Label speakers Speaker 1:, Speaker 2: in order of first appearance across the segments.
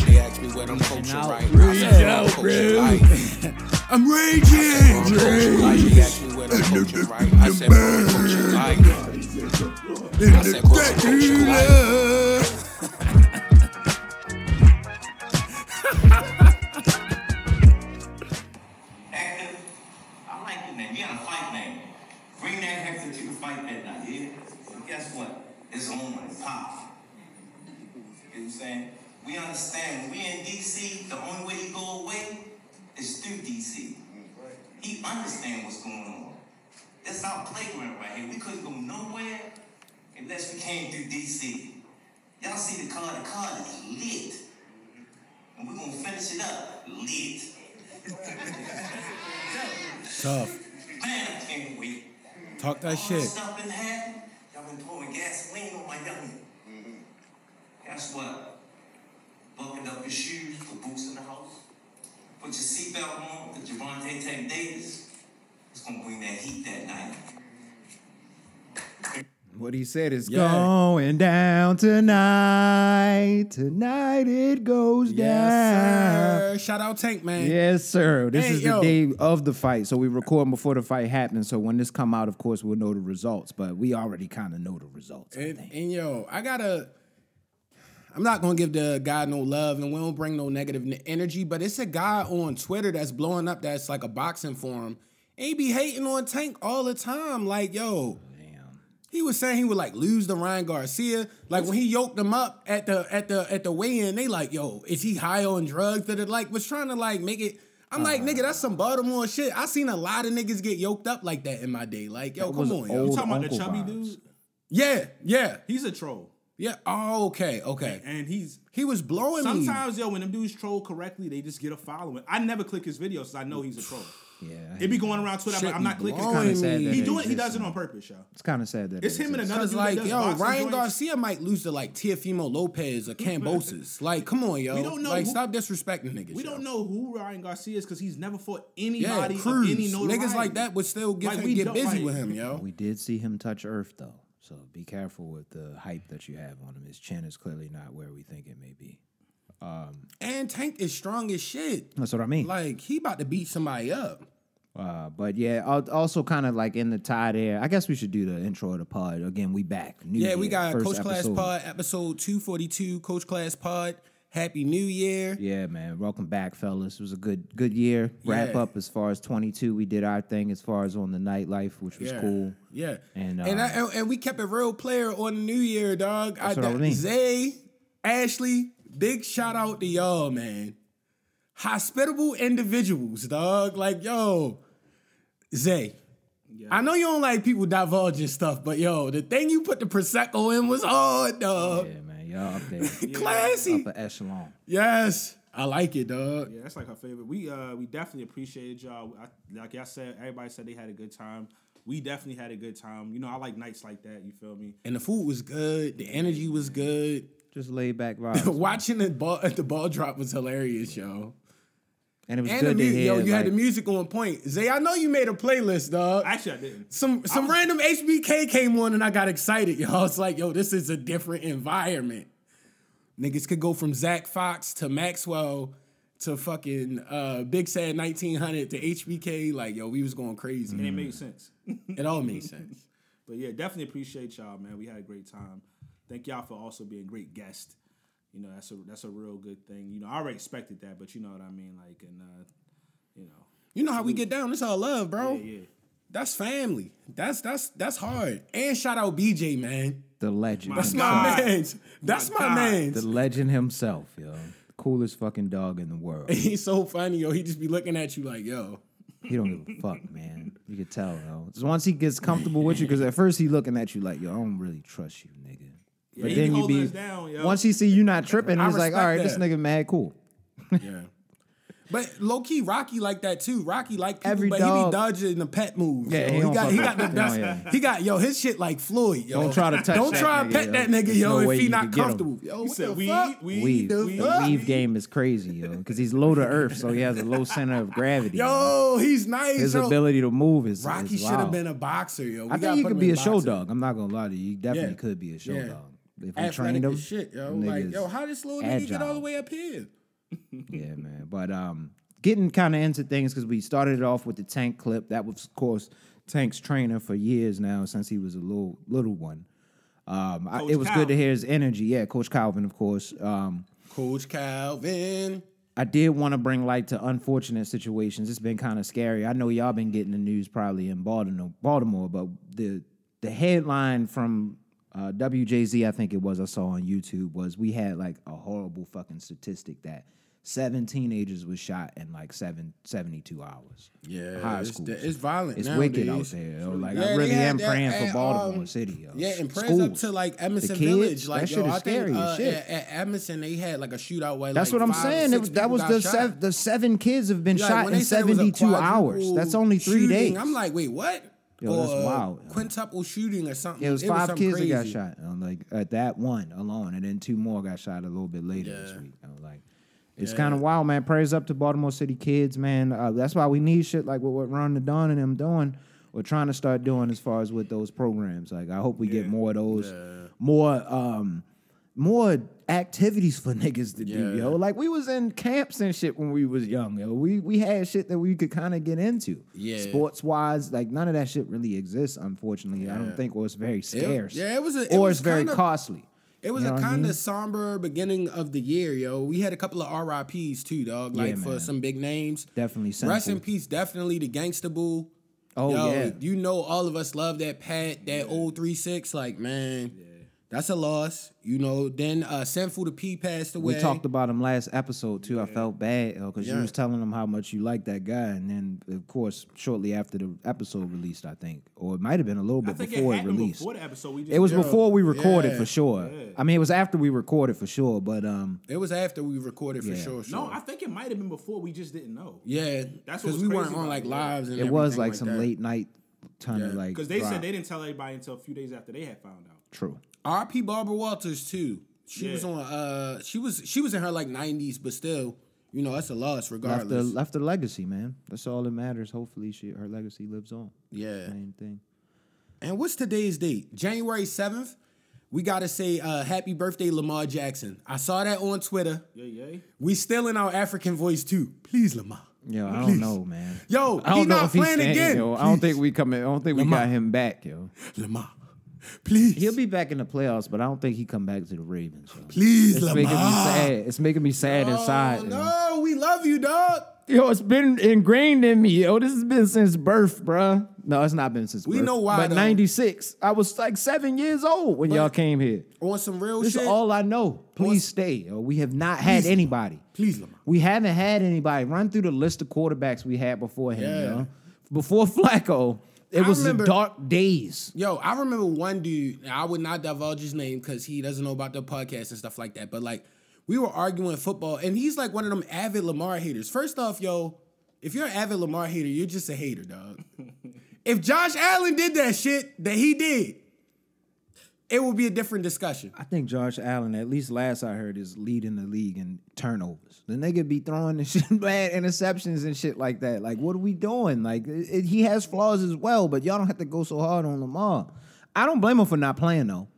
Speaker 1: ask me what I'm coaching
Speaker 2: out.
Speaker 1: right now. I
Speaker 3: Reach
Speaker 1: said, "Well,
Speaker 3: out,
Speaker 1: I'm coaching
Speaker 3: bro.
Speaker 1: life.
Speaker 3: I'm
Speaker 1: I'm
Speaker 3: raging.
Speaker 1: coaching life. He asked me what I'm coaching right. I said, bro, I'm coaching life.
Speaker 3: In
Speaker 1: said, "Coach, coach,
Speaker 3: the Dracula.
Speaker 4: Hector, I like the name. You got a fight name. Bring that Hector to the fight that night, yeah? But guess what? It's on and pop. You know what I'm saying? We understand when we in DC, the only way he go away is through DC. He understand what's going on. That's our playground right here. We couldn't go nowhere unless we came through DC. Y'all see the car, the car is lit. And we're gonna finish it up lit.
Speaker 3: Tough.
Speaker 4: Man, I can't wait.
Speaker 3: Talk that
Speaker 4: All
Speaker 3: shit.
Speaker 4: this stuff been happening. Y'all been pouring gasoline on my youngin. Guess what? Bucking up your shoes, put boots in the house. Put your seatbelt on, put your Vontae Tank Davis. It's gonna bring that heat that night.
Speaker 5: What he said is
Speaker 2: Yeah.
Speaker 5: going down tonight. Tonight it goes down.
Speaker 3: Yes, sir. Shout out Tank Man.
Speaker 5: Yes, sir. This
Speaker 3: Hey,
Speaker 5: is
Speaker 3: yo.
Speaker 5: the day of the fight, so we record before the fight happens. So when this come out, of course, we'll know the results. But we already kind of know the results. I
Speaker 3: And,
Speaker 5: think.
Speaker 3: and yo, I gotta. I'm not gonna give the guy no love, and we don't bring no negative n- energy. But it's a guy on Twitter that's blowing up. That's like a boxing forum. And he be hating on Tank all the time. Like yo, he was saying he would like lose to Ryan Garcia. Like when he yoked him up at the at the at the weigh-in, they like yo, is he high on drugs? That it like was trying to like make it. I'm like,
Speaker 5: Uh-huh.
Speaker 3: nigga, that's some Baltimore shit. I seen a lot of niggas get yoked up like that in my day. Like, yo,
Speaker 5: was
Speaker 3: come on, yo.
Speaker 5: old.
Speaker 6: You talking about the
Speaker 5: Uncle
Speaker 6: chubby
Speaker 5: vibes.
Speaker 6: dude?
Speaker 3: Yeah, yeah.
Speaker 6: He's a troll.
Speaker 3: Yeah. Oh, okay. Okay.
Speaker 6: And he's
Speaker 3: He was blowing me.
Speaker 6: sometimes, yo, when them dudes troll correctly, they just get a following. I never click his videos because I know he's a troll.
Speaker 5: Yeah,
Speaker 6: It be going around Twitter,
Speaker 3: Shit
Speaker 6: but I'm not
Speaker 3: be
Speaker 6: clicking.
Speaker 3: blowing
Speaker 6: He
Speaker 5: sad
Speaker 3: me.
Speaker 5: that it
Speaker 6: do it. He
Speaker 5: exists
Speaker 6: does it
Speaker 5: now.
Speaker 6: on purpose, yo.
Speaker 5: It's kind of sad that it
Speaker 6: It's him and
Speaker 5: exists.
Speaker 6: another
Speaker 3: Cause
Speaker 6: dude.
Speaker 3: like
Speaker 6: that does
Speaker 3: yo,
Speaker 6: boxing
Speaker 3: Ryan
Speaker 6: joints.
Speaker 3: Garcia might lose to like Tiafimo Lopez or Cambosis. like, come on, yo.
Speaker 6: We don't know
Speaker 3: Like,
Speaker 6: who-
Speaker 3: stop disrespecting niggas.
Speaker 6: We
Speaker 3: yo.
Speaker 6: don't know who Ryan Garcia is because he's never fought
Speaker 3: Yeah,
Speaker 6: anybody
Speaker 3: Cruz.
Speaker 6: of any notoriety.
Speaker 3: Niggas like that would still get,
Speaker 6: Like, we
Speaker 3: get
Speaker 6: don't-
Speaker 3: busy
Speaker 6: like-
Speaker 3: with him, yo.
Speaker 5: We did see him touch Earth though, so be careful with the hype that you have on him. His chin is clearly not where we think it may be.
Speaker 3: And Tank is strong as shit.
Speaker 5: That's what I mean.
Speaker 3: Like, he about to beat somebody up.
Speaker 5: Uh, but yeah, al- also kind of like in the tie there. I guess we should do the intro of the pod again. We back. New
Speaker 3: Yeah,
Speaker 5: year,
Speaker 3: we got
Speaker 5: first
Speaker 3: Coach Class
Speaker 5: episode.
Speaker 3: Pod, episode 242, Coach Class Pod. Happy New Year.
Speaker 5: Yeah, man. Welcome back, fellas. It was a good good year. Wrap
Speaker 3: Yeah.
Speaker 5: up as far as 22. We did our thing as far as on the nightlife, which was
Speaker 3: Yeah.
Speaker 5: cool.
Speaker 3: Yeah.
Speaker 5: And,
Speaker 3: and,
Speaker 5: uh,
Speaker 3: I, and and we kept it real player on the New Year, dog.
Speaker 5: That's what I mean.
Speaker 3: Zay, Ashley, big shout out to y'all, man. Hospitable individuals, dog. Like, yo, Zay. I know you don't like people divulging stuff, but yo, the thing you put the prosecco in was hard, dog.
Speaker 5: Yeah, man. Y'all up there,
Speaker 3: Classy.
Speaker 5: upper echelon.
Speaker 3: Yes, I like it, dog.
Speaker 6: Yeah, that's like her favorite. We uh we definitely appreciated y'all. I, like y'all said, everybody said they had a good time. We definitely had a good time. You know, I like nights like that. You feel me?
Speaker 3: And the food was good. The energy was good.
Speaker 5: Just laid back vibes.
Speaker 3: Watching the ball the ball drop was hilarious, yo.
Speaker 5: and it was
Speaker 3: And the
Speaker 5: good to
Speaker 3: music,
Speaker 5: hear.
Speaker 3: yo, you had the
Speaker 5: like-
Speaker 3: music on point. Zay, I know you made a playlist, dog.
Speaker 6: Actually, I didn't.
Speaker 3: some some random HBK came on and I got excited, yo. I was like, yo, this is a different environment. Niggas could go from Zach Fox to Maxwell to fucking uh, Big Sad 1900 to HBK. Like, yo, we was going crazy.
Speaker 6: And it made sense.
Speaker 3: It all made sense.
Speaker 6: But yeah, definitely appreciate y'all, man. We had a great time. Thank y'all for also being great guests. You know, that's a that's a real good thing. You know, I already expected that, but you know what I mean. Like, and uh, you know,
Speaker 3: You know how we get down. It's all love, bro.
Speaker 6: yeah.
Speaker 3: That's family. That's that's that's hard. And shout out BJ, man.
Speaker 5: the legend.
Speaker 3: That's
Speaker 5: himself.
Speaker 3: my
Speaker 6: God.
Speaker 3: man's. That's my,
Speaker 6: God.
Speaker 3: man's.
Speaker 5: The legend himself, yo. Coolest fucking dog in the world.
Speaker 3: He's so funny, yo. He just be looking at you like, yo.
Speaker 5: He don't give a fuck, man. You could tell, though. Just once he gets comfortable with you, because at first he looking at you like, yo, I don't really trust you, nigga. But
Speaker 6: he be
Speaker 5: then you
Speaker 6: holding
Speaker 5: be
Speaker 6: us down, yo.
Speaker 5: once he see you not tripping,
Speaker 3: I
Speaker 5: he's like,
Speaker 3: respect
Speaker 5: all right, this
Speaker 3: that.
Speaker 5: nigga mad cool.
Speaker 3: Yeah. But low key, Rocky like that too. Rocky like people,
Speaker 5: Every
Speaker 3: but
Speaker 5: dog-
Speaker 3: he be dodging the pet moves. yo.
Speaker 5: Yeah, he
Speaker 3: he,
Speaker 5: don't
Speaker 3: got
Speaker 5: fuck
Speaker 3: he
Speaker 5: with
Speaker 3: got the
Speaker 5: that.
Speaker 3: best.
Speaker 5: Yeah, yeah.
Speaker 3: He got yo his shit like Floyd. Yo.
Speaker 5: Don't try to touch
Speaker 3: Don't
Speaker 5: that
Speaker 3: try to
Speaker 5: nigga,
Speaker 3: pet
Speaker 5: yo.
Speaker 3: that nigga
Speaker 5: There's
Speaker 3: yo
Speaker 5: no way
Speaker 3: if he
Speaker 5: you
Speaker 3: not
Speaker 5: could get him.
Speaker 3: comfortable. Yo, what the
Speaker 6: said weed,
Speaker 3: fuck?
Speaker 6: weed,
Speaker 5: Weave.
Speaker 3: the
Speaker 6: weed.
Speaker 5: The
Speaker 3: fuck?
Speaker 5: weave game is crazy, yo, because he's low to earth, so he has a low center of gravity. man.
Speaker 3: Yo, he's nice.
Speaker 5: his
Speaker 3: yo.
Speaker 5: ability to move is
Speaker 3: Rocky
Speaker 5: is
Speaker 3: should have
Speaker 5: wild.
Speaker 3: been a boxer, yo. We
Speaker 5: I
Speaker 3: gotta
Speaker 5: think he
Speaker 3: put him
Speaker 5: could
Speaker 3: in
Speaker 5: be a show
Speaker 3: boxing.
Speaker 5: dog. I'm not gonna lie to you. He definitely
Speaker 3: Yeah.
Speaker 5: could be a show
Speaker 3: Yeah.
Speaker 5: dog if we
Speaker 3: Athletic
Speaker 5: trained him.
Speaker 3: as shit, yo.
Speaker 5: them
Speaker 3: Like,
Speaker 5: niggas
Speaker 3: yo, how this little nigga get all
Speaker 5: agile.
Speaker 3: the way up here?
Speaker 5: yeah, man. But um, getting kind of into things because we started it off with the Tank clip. That was, of course, Tank's trainer for years now since he was a little little one. Um, I,
Speaker 6: Coach
Speaker 5: it was good to
Speaker 6: Calvin.
Speaker 5: hear his energy. Yeah, Coach Calvin, of course. Um,
Speaker 3: Coach Calvin.
Speaker 5: I did want to bring light to unfortunate situations. It's been kind of scary. I know y'all been getting the news probably in Baltimore, Baltimore, but the the headline from uh, WJZ, I think it was, I saw on YouTube was we had like a horrible fucking statistic that seven teenagers was shot in like seven, 72 hours.
Speaker 3: Yeah,
Speaker 5: high
Speaker 3: it's-
Speaker 5: school.
Speaker 3: it's violent
Speaker 5: It's
Speaker 3: nowadays.
Speaker 5: wicked out there. yo. Like
Speaker 3: Yeah,
Speaker 5: I
Speaker 3: they
Speaker 5: really
Speaker 3: had
Speaker 5: am
Speaker 3: that
Speaker 5: praying
Speaker 3: at,
Speaker 5: for Baltimore
Speaker 3: um,
Speaker 5: City. Yo.
Speaker 3: Yeah, and prayers up
Speaker 5: Schools,
Speaker 3: to like
Speaker 5: the
Speaker 3: Emerson
Speaker 5: kids,
Speaker 3: Village. Like
Speaker 5: that shit
Speaker 3: yo,
Speaker 5: is
Speaker 3: I
Speaker 5: scary
Speaker 3: think
Speaker 5: as
Speaker 3: uh,
Speaker 5: shit.
Speaker 3: At, at Emerson they had like a shootout where
Speaker 5: That's
Speaker 3: like,
Speaker 5: what I'm
Speaker 3: five or
Speaker 5: saying. It
Speaker 3: six
Speaker 5: was, that
Speaker 3: people
Speaker 5: was
Speaker 3: got
Speaker 5: the
Speaker 3: shot.
Speaker 5: sev- the seven kids have been
Speaker 3: Like,
Speaker 5: shot
Speaker 3: when
Speaker 5: in
Speaker 3: they said it was a
Speaker 5: 72 hours.
Speaker 3: quadruple
Speaker 5: That's only three
Speaker 3: shooting,
Speaker 5: days.
Speaker 3: I'm like, wait, what?
Speaker 5: Yo, that's wild, yo.
Speaker 3: Quintuple shooting or something.
Speaker 5: Yeah, it was five
Speaker 3: something
Speaker 5: kids that got
Speaker 3: crazy.
Speaker 5: shot. um, like at that one alone, and then two more got shot a little bit later this week. I'm like, it's kind of wild, man. Prayers up to Baltimore City kids, man. Uh, that's why we need shit like what, what Ron the Don and them doing. We're trying to start doing as far as with those programs. Like, I hope we get more of those, more, um, more activities for niggas to do, yo. Like, we was in camps and shit when we was young, yo. We we had shit that we could kind of get into,
Speaker 3: Yeah.
Speaker 5: Sports wise, like none of that shit really exists, unfortunately. I don't think, or it's very scarce.
Speaker 3: yeah, it was a- it
Speaker 5: or
Speaker 3: was
Speaker 5: it's very
Speaker 3: kinda-
Speaker 5: costly.
Speaker 3: It was
Speaker 5: You know
Speaker 3: a
Speaker 5: what I
Speaker 3: kind of
Speaker 5: mean?
Speaker 3: somber beginning of the year, yo. We had a couple of RIPS too, dog. Like for
Speaker 5: man.
Speaker 3: some big names.
Speaker 5: Definitely
Speaker 3: Rest
Speaker 5: sinful.
Speaker 3: in peace, definitely the gangsta boo.
Speaker 5: Oh,
Speaker 3: yo,
Speaker 5: yeah.
Speaker 3: You know all of us love that Pat, that old three six. Like, man, that's a loss. You know, then uh Sinful the P passed away.
Speaker 5: We talked about him last episode too. I felt bad because
Speaker 3: Yeah.
Speaker 5: you was telling him how much you liked that guy, and then of course shortly after the episode released, I think, or it might have been a little
Speaker 6: I
Speaker 5: bit
Speaker 6: think
Speaker 5: before
Speaker 6: it
Speaker 5: it,
Speaker 6: happened
Speaker 5: released.
Speaker 6: before the episode. We just
Speaker 5: it was
Speaker 3: Yo,
Speaker 5: before we recorded
Speaker 3: yeah,
Speaker 5: for sure. I mean, it was after we recorded for sure, but um,
Speaker 3: it was after we recorded for
Speaker 5: Yeah.
Speaker 3: sure. sure.
Speaker 6: No, I think it might have been before. We just didn't know.
Speaker 3: yeah,
Speaker 6: That's what
Speaker 3: because
Speaker 6: was
Speaker 3: we
Speaker 6: crazy
Speaker 3: weren't on
Speaker 6: about
Speaker 3: like
Speaker 6: it, yeah.
Speaker 3: lives. And
Speaker 5: it was
Speaker 3: everything
Speaker 5: like some
Speaker 3: that.
Speaker 5: late night kind of like
Speaker 6: Because they
Speaker 5: drop.
Speaker 6: said they didn't tell everybody until a few days after they had found out.
Speaker 5: true.
Speaker 3: R.P. Barbara Walters too. She
Speaker 6: Yeah.
Speaker 3: was on. uh She was she was in her like nineties, but still, you know, that's a loss
Speaker 5: Left a,
Speaker 3: regardless.
Speaker 5: left a legacy, man. That's all that matters. Hopefully, she her legacy lives on.
Speaker 3: yeah.
Speaker 5: Main thing.
Speaker 3: And what's today's date? January seventh. We gotta say uh, happy birthday, Lamar Jackson. I saw that on Twitter.
Speaker 6: Yay, yay.
Speaker 3: We still in our African voice too. Please, Lamar.
Speaker 5: Yo, I don't know, man.
Speaker 3: Yo,
Speaker 5: I don't
Speaker 3: he
Speaker 5: know
Speaker 3: not
Speaker 5: if he's
Speaker 3: playing
Speaker 5: staying,
Speaker 3: again.
Speaker 5: Yo. I don't think we coming. I don't think we got him back, yo.
Speaker 3: Lamar. Please.
Speaker 5: He'll be back in the playoffs, but I don't think he come back to the Ravens. Yo.
Speaker 3: please,
Speaker 5: It's
Speaker 3: Lamar.
Speaker 5: making me sad. It's making me sad inside.
Speaker 3: Oh,
Speaker 5: yo.
Speaker 3: no, we love you, dog.
Speaker 5: Yo, it's been ingrained in me. Yo, this has been since birth, bruh. No, it's not been since
Speaker 3: We
Speaker 5: birth.
Speaker 3: know why,
Speaker 5: But
Speaker 3: though.
Speaker 5: '96, I was like seven years old when y'all came here.
Speaker 3: On some real
Speaker 5: This
Speaker 3: Oh, shit.
Speaker 5: is all I know. Please stay. yo. We have not had
Speaker 3: Please,
Speaker 5: anybody.
Speaker 3: please, Lamar.
Speaker 5: We haven't had anybody. Run through the list of quarterbacks we had before him.
Speaker 3: Yeah.
Speaker 5: yo. Before Flacco, it
Speaker 3: I
Speaker 5: was the
Speaker 3: remember-
Speaker 5: dark days.
Speaker 3: Yo, I remember one dude, and I would not divulge his name because he doesn't know about the podcast and stuff like that. But like, we were arguing football, and he's like one of them avid Lamar haters. First off, yo, if you're an avid Lamar hater, you're just a hater, dog. if Josh Allen did that shit that he did, it would be a different discussion.
Speaker 5: I think Josh Allen, at least last I heard, is leading the league in turnovers. The nigga be throwing the shit bad interceptions and shit like that. Like, what are we doing? Like, it, it- he has flaws as well, but y'all don't have to go so hard on Lamar. I don't blame him for not playing though.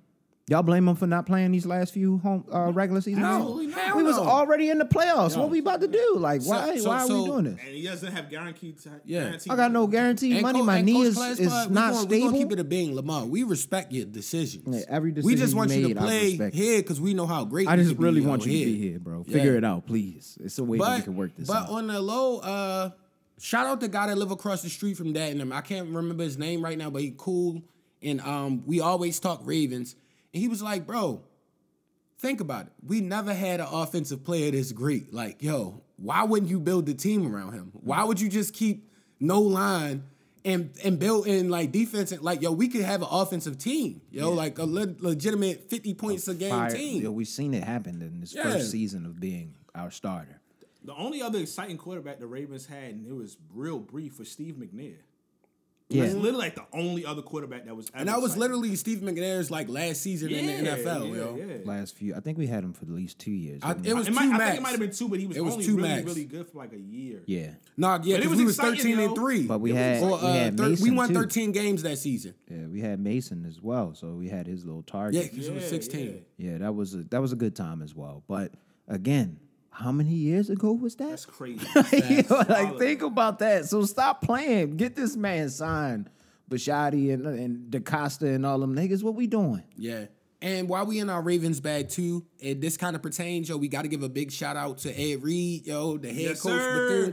Speaker 5: Y'all blame him for not playing these last few home uh, regular season.
Speaker 6: Absolutely
Speaker 5: games?
Speaker 6: not.
Speaker 5: We was
Speaker 3: Hell no.
Speaker 5: already in the playoffs. What we about to do? Like, why?
Speaker 3: so-
Speaker 5: why are
Speaker 3: so-
Speaker 5: we doing this?
Speaker 6: And he doesn't have guaranteed time.
Speaker 3: Yeah.
Speaker 5: I got no guaranteed
Speaker 3: And
Speaker 5: money.
Speaker 3: Co-
Speaker 5: My
Speaker 3: and
Speaker 5: knee
Speaker 3: Coach
Speaker 5: is,
Speaker 3: Class
Speaker 5: is
Speaker 3: Pod, we
Speaker 5: not
Speaker 3: gonna- we
Speaker 5: stable.
Speaker 3: gonna keep it a being, Lamar. We respect your decisions.
Speaker 5: Yeah, every
Speaker 3: we
Speaker 5: decision
Speaker 3: just
Speaker 5: you
Speaker 3: want you
Speaker 5: made,
Speaker 3: to
Speaker 5: I
Speaker 3: play
Speaker 5: respect.
Speaker 3: here because we know how great.
Speaker 5: I just
Speaker 3: could be
Speaker 5: really
Speaker 3: out
Speaker 5: want you to be here, bro.
Speaker 3: Yeah.
Speaker 5: Figure it out, please. It's a way that
Speaker 3: but,
Speaker 5: we can work this
Speaker 3: but
Speaker 5: out.
Speaker 3: on the low, uh, shout out the guy that live across the street from that and him. I can't remember his name right now, but he cool. And um, we always talk Ravens. And he was like, bro, think about it. We never had an offensive player this great. Like, yo, why wouldn't you build the team around him? Why would you just keep no line and and build in like defense? And, like, yo, we could have an offensive team. Yo, like a le- legitimate 50 points a, game
Speaker 5: fire-
Speaker 3: team.
Speaker 5: Yo, we've seen it happen in this
Speaker 3: Yeah.
Speaker 5: first season of being our starter.
Speaker 6: The only other exciting quarterback the Ravens had, and it was real brief, was Steve McNair.
Speaker 5: Yeah.
Speaker 6: That's literally like the only other quarterback that was. Ever
Speaker 3: and that was
Speaker 6: exciting.
Speaker 3: literally Steve McNair's like last season in the
Speaker 6: Yeah,
Speaker 3: NFL,
Speaker 6: yeah,
Speaker 3: yo.
Speaker 6: yeah.
Speaker 5: Last few, I think we had him for at least two years.
Speaker 3: I-
Speaker 5: didn't
Speaker 3: it
Speaker 5: we?
Speaker 3: was
Speaker 6: It
Speaker 3: two
Speaker 6: might, I think
Speaker 3: max.
Speaker 6: it might have been two, but he was,
Speaker 3: It was
Speaker 6: only
Speaker 3: two
Speaker 6: really,
Speaker 3: max.
Speaker 6: really good for like a year.
Speaker 5: yeah,
Speaker 3: Nah, yeah,
Speaker 6: But it
Speaker 3: 'cause
Speaker 6: was
Speaker 3: we was
Speaker 6: exciting,
Speaker 3: thirteen and
Speaker 6: yo.
Speaker 3: three.
Speaker 5: But we
Speaker 3: It was-
Speaker 5: had-
Speaker 3: or, uh,
Speaker 5: we had
Speaker 3: we
Speaker 5: Mason,
Speaker 3: won
Speaker 5: too.
Speaker 3: thirteen games that season.
Speaker 5: yeah. We had Mason as well, so we had his little
Speaker 3: Yeah,
Speaker 5: target.
Speaker 3: because it was
Speaker 6: Yeah,
Speaker 3: sixteen.
Speaker 5: Yeah, that was a, that was a good time as well. But again, How many years ago was that?
Speaker 6: That's crazy.
Speaker 5: You know, like
Speaker 6: Solid.
Speaker 5: think about that. So stop playing. Get this man signed. Bashotti and and DaCosta and all them niggas. What we doing?
Speaker 3: Yeah. And while we in our Ravens bag too, and this kind of pertains, yo, we got to give a big shout out to Ed Reed, yo, the head
Speaker 6: Yes,
Speaker 3: coach
Speaker 6: sir.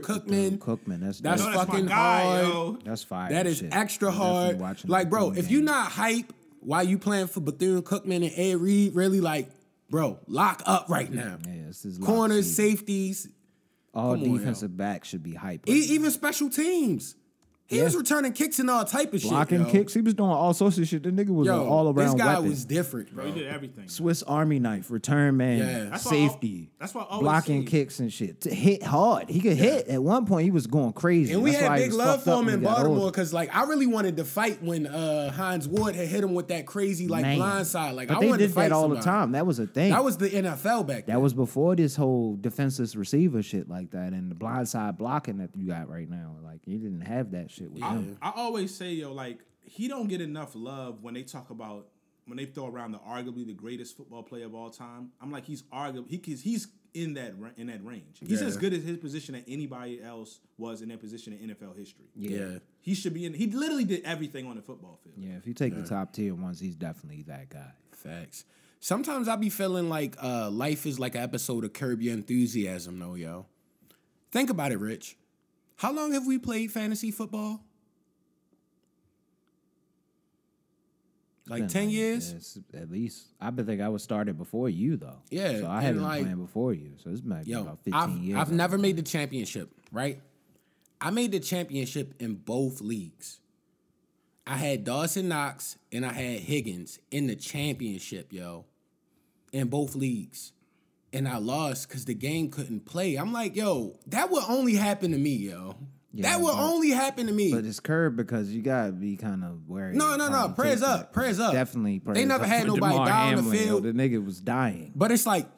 Speaker 3: Bethune Cookman.
Speaker 5: Cookman. That's
Speaker 3: That's
Speaker 5: dope.
Speaker 6: Yo, that's my
Speaker 3: fucking
Speaker 6: guy,
Speaker 3: hard.
Speaker 6: yo.
Speaker 5: That's fire.
Speaker 3: That is
Speaker 5: shit.
Speaker 3: extra
Speaker 5: I'm definitely
Speaker 3: hard.
Speaker 5: watching
Speaker 3: Like,
Speaker 5: that
Speaker 3: bro,
Speaker 5: Cookman
Speaker 3: if
Speaker 5: game.
Speaker 3: you're not hype, why you playing for Bethune Cookman and Ed Reed? Really, like, bro, lock up right now.
Speaker 5: yeah, this is lock
Speaker 3: Corners,
Speaker 5: season.
Speaker 3: safeties,
Speaker 5: all
Speaker 3: come on, yo.
Speaker 5: defensive backs should be hype.
Speaker 3: e- even special teams. He
Speaker 5: Yeah.
Speaker 3: was returning kicks and all type of
Speaker 5: Blocking
Speaker 3: shit. yo.
Speaker 5: kicks. He was doing all sorts of shit. The nigga was
Speaker 3: Yo,
Speaker 5: an all
Speaker 3: this
Speaker 5: around
Speaker 3: guy
Speaker 5: weapon.
Speaker 3: was different,
Speaker 6: Bro,
Speaker 3: bro.
Speaker 6: he did everything.
Speaker 5: Swiss Army knife, return man,
Speaker 3: Yeah.
Speaker 6: That's why I al-
Speaker 5: safety.
Speaker 6: that's why I always
Speaker 5: blocking
Speaker 6: say-
Speaker 5: kicks and shit. To hit hard. He could hit. At one point, he was going crazy.
Speaker 3: And we
Speaker 5: That's
Speaker 3: had
Speaker 5: why he
Speaker 3: big
Speaker 5: was
Speaker 3: love
Speaker 5: fucked up
Speaker 3: for him
Speaker 5: when
Speaker 3: in
Speaker 5: he got
Speaker 3: Baltimore
Speaker 5: older.
Speaker 3: because, like, I really wanted to fight when uh, Heinz Ward had hit him with that crazy, like,
Speaker 5: Man.
Speaker 3: blind side. Like,
Speaker 5: But
Speaker 3: I
Speaker 5: they
Speaker 3: wanted
Speaker 5: did
Speaker 3: to fight
Speaker 5: that all the
Speaker 3: somebody.
Speaker 5: time. That was a thing.
Speaker 3: That was the NFL back then.
Speaker 5: that was before this whole defenseless receiver shit like that and the blind side blocking that you got right now. Like you didn't have that shit with
Speaker 6: I,
Speaker 5: him.
Speaker 6: I always say, yo, like he don't get enough love when they talk about when they throw around the arguably the greatest football player of all time. I'm like, he's arguably he, he's he's in that ra- in that range. He's
Speaker 3: Yeah.
Speaker 6: as good as his position that anybody else was in their position in NFL history.
Speaker 3: yeah.
Speaker 6: He should be in. He literally did everything on the football field.
Speaker 5: Yeah, if you take the top tier ones, he's definitely that guy.
Speaker 3: Facts. Sometimes I be feeling like uh, life is like an episode of Curb Your Enthusiasm, though, yo. Think about it, Rich. How long have we played fantasy football? Like
Speaker 5: Been
Speaker 3: 10 years?
Speaker 5: yes, at least. I been think I was started before you though.
Speaker 3: Yeah,
Speaker 5: so I
Speaker 3: and
Speaker 5: haven't
Speaker 3: like-
Speaker 5: playing before you. So this might be
Speaker 3: Yo,
Speaker 5: about 15
Speaker 3: I've,
Speaker 5: years.
Speaker 3: I've
Speaker 5: I've
Speaker 3: never
Speaker 5: been
Speaker 3: made the championship, right? I made the championship in both leagues. I had Dawson Knox and I had Higgins in the championship, yo, in both leagues. And I lost because the game couldn't play. I'm like, yo, that would only happen to me, yo.
Speaker 5: Yeah,
Speaker 3: that would
Speaker 5: but-
Speaker 3: only happen to me.
Speaker 5: But it's curb because you gotta be kind of wary.
Speaker 3: No,
Speaker 5: of
Speaker 3: no,
Speaker 5: how
Speaker 3: no.
Speaker 5: you
Speaker 3: Prayers
Speaker 5: take
Speaker 3: up.
Speaker 5: that.
Speaker 3: Prayers up.
Speaker 5: Definitely prayers
Speaker 3: never
Speaker 5: up
Speaker 3: had
Speaker 5: for
Speaker 3: nobody
Speaker 5: Damar
Speaker 3: down the
Speaker 5: Hamlin, yo.
Speaker 3: field.
Speaker 5: The nigga was dying.
Speaker 3: but it's like,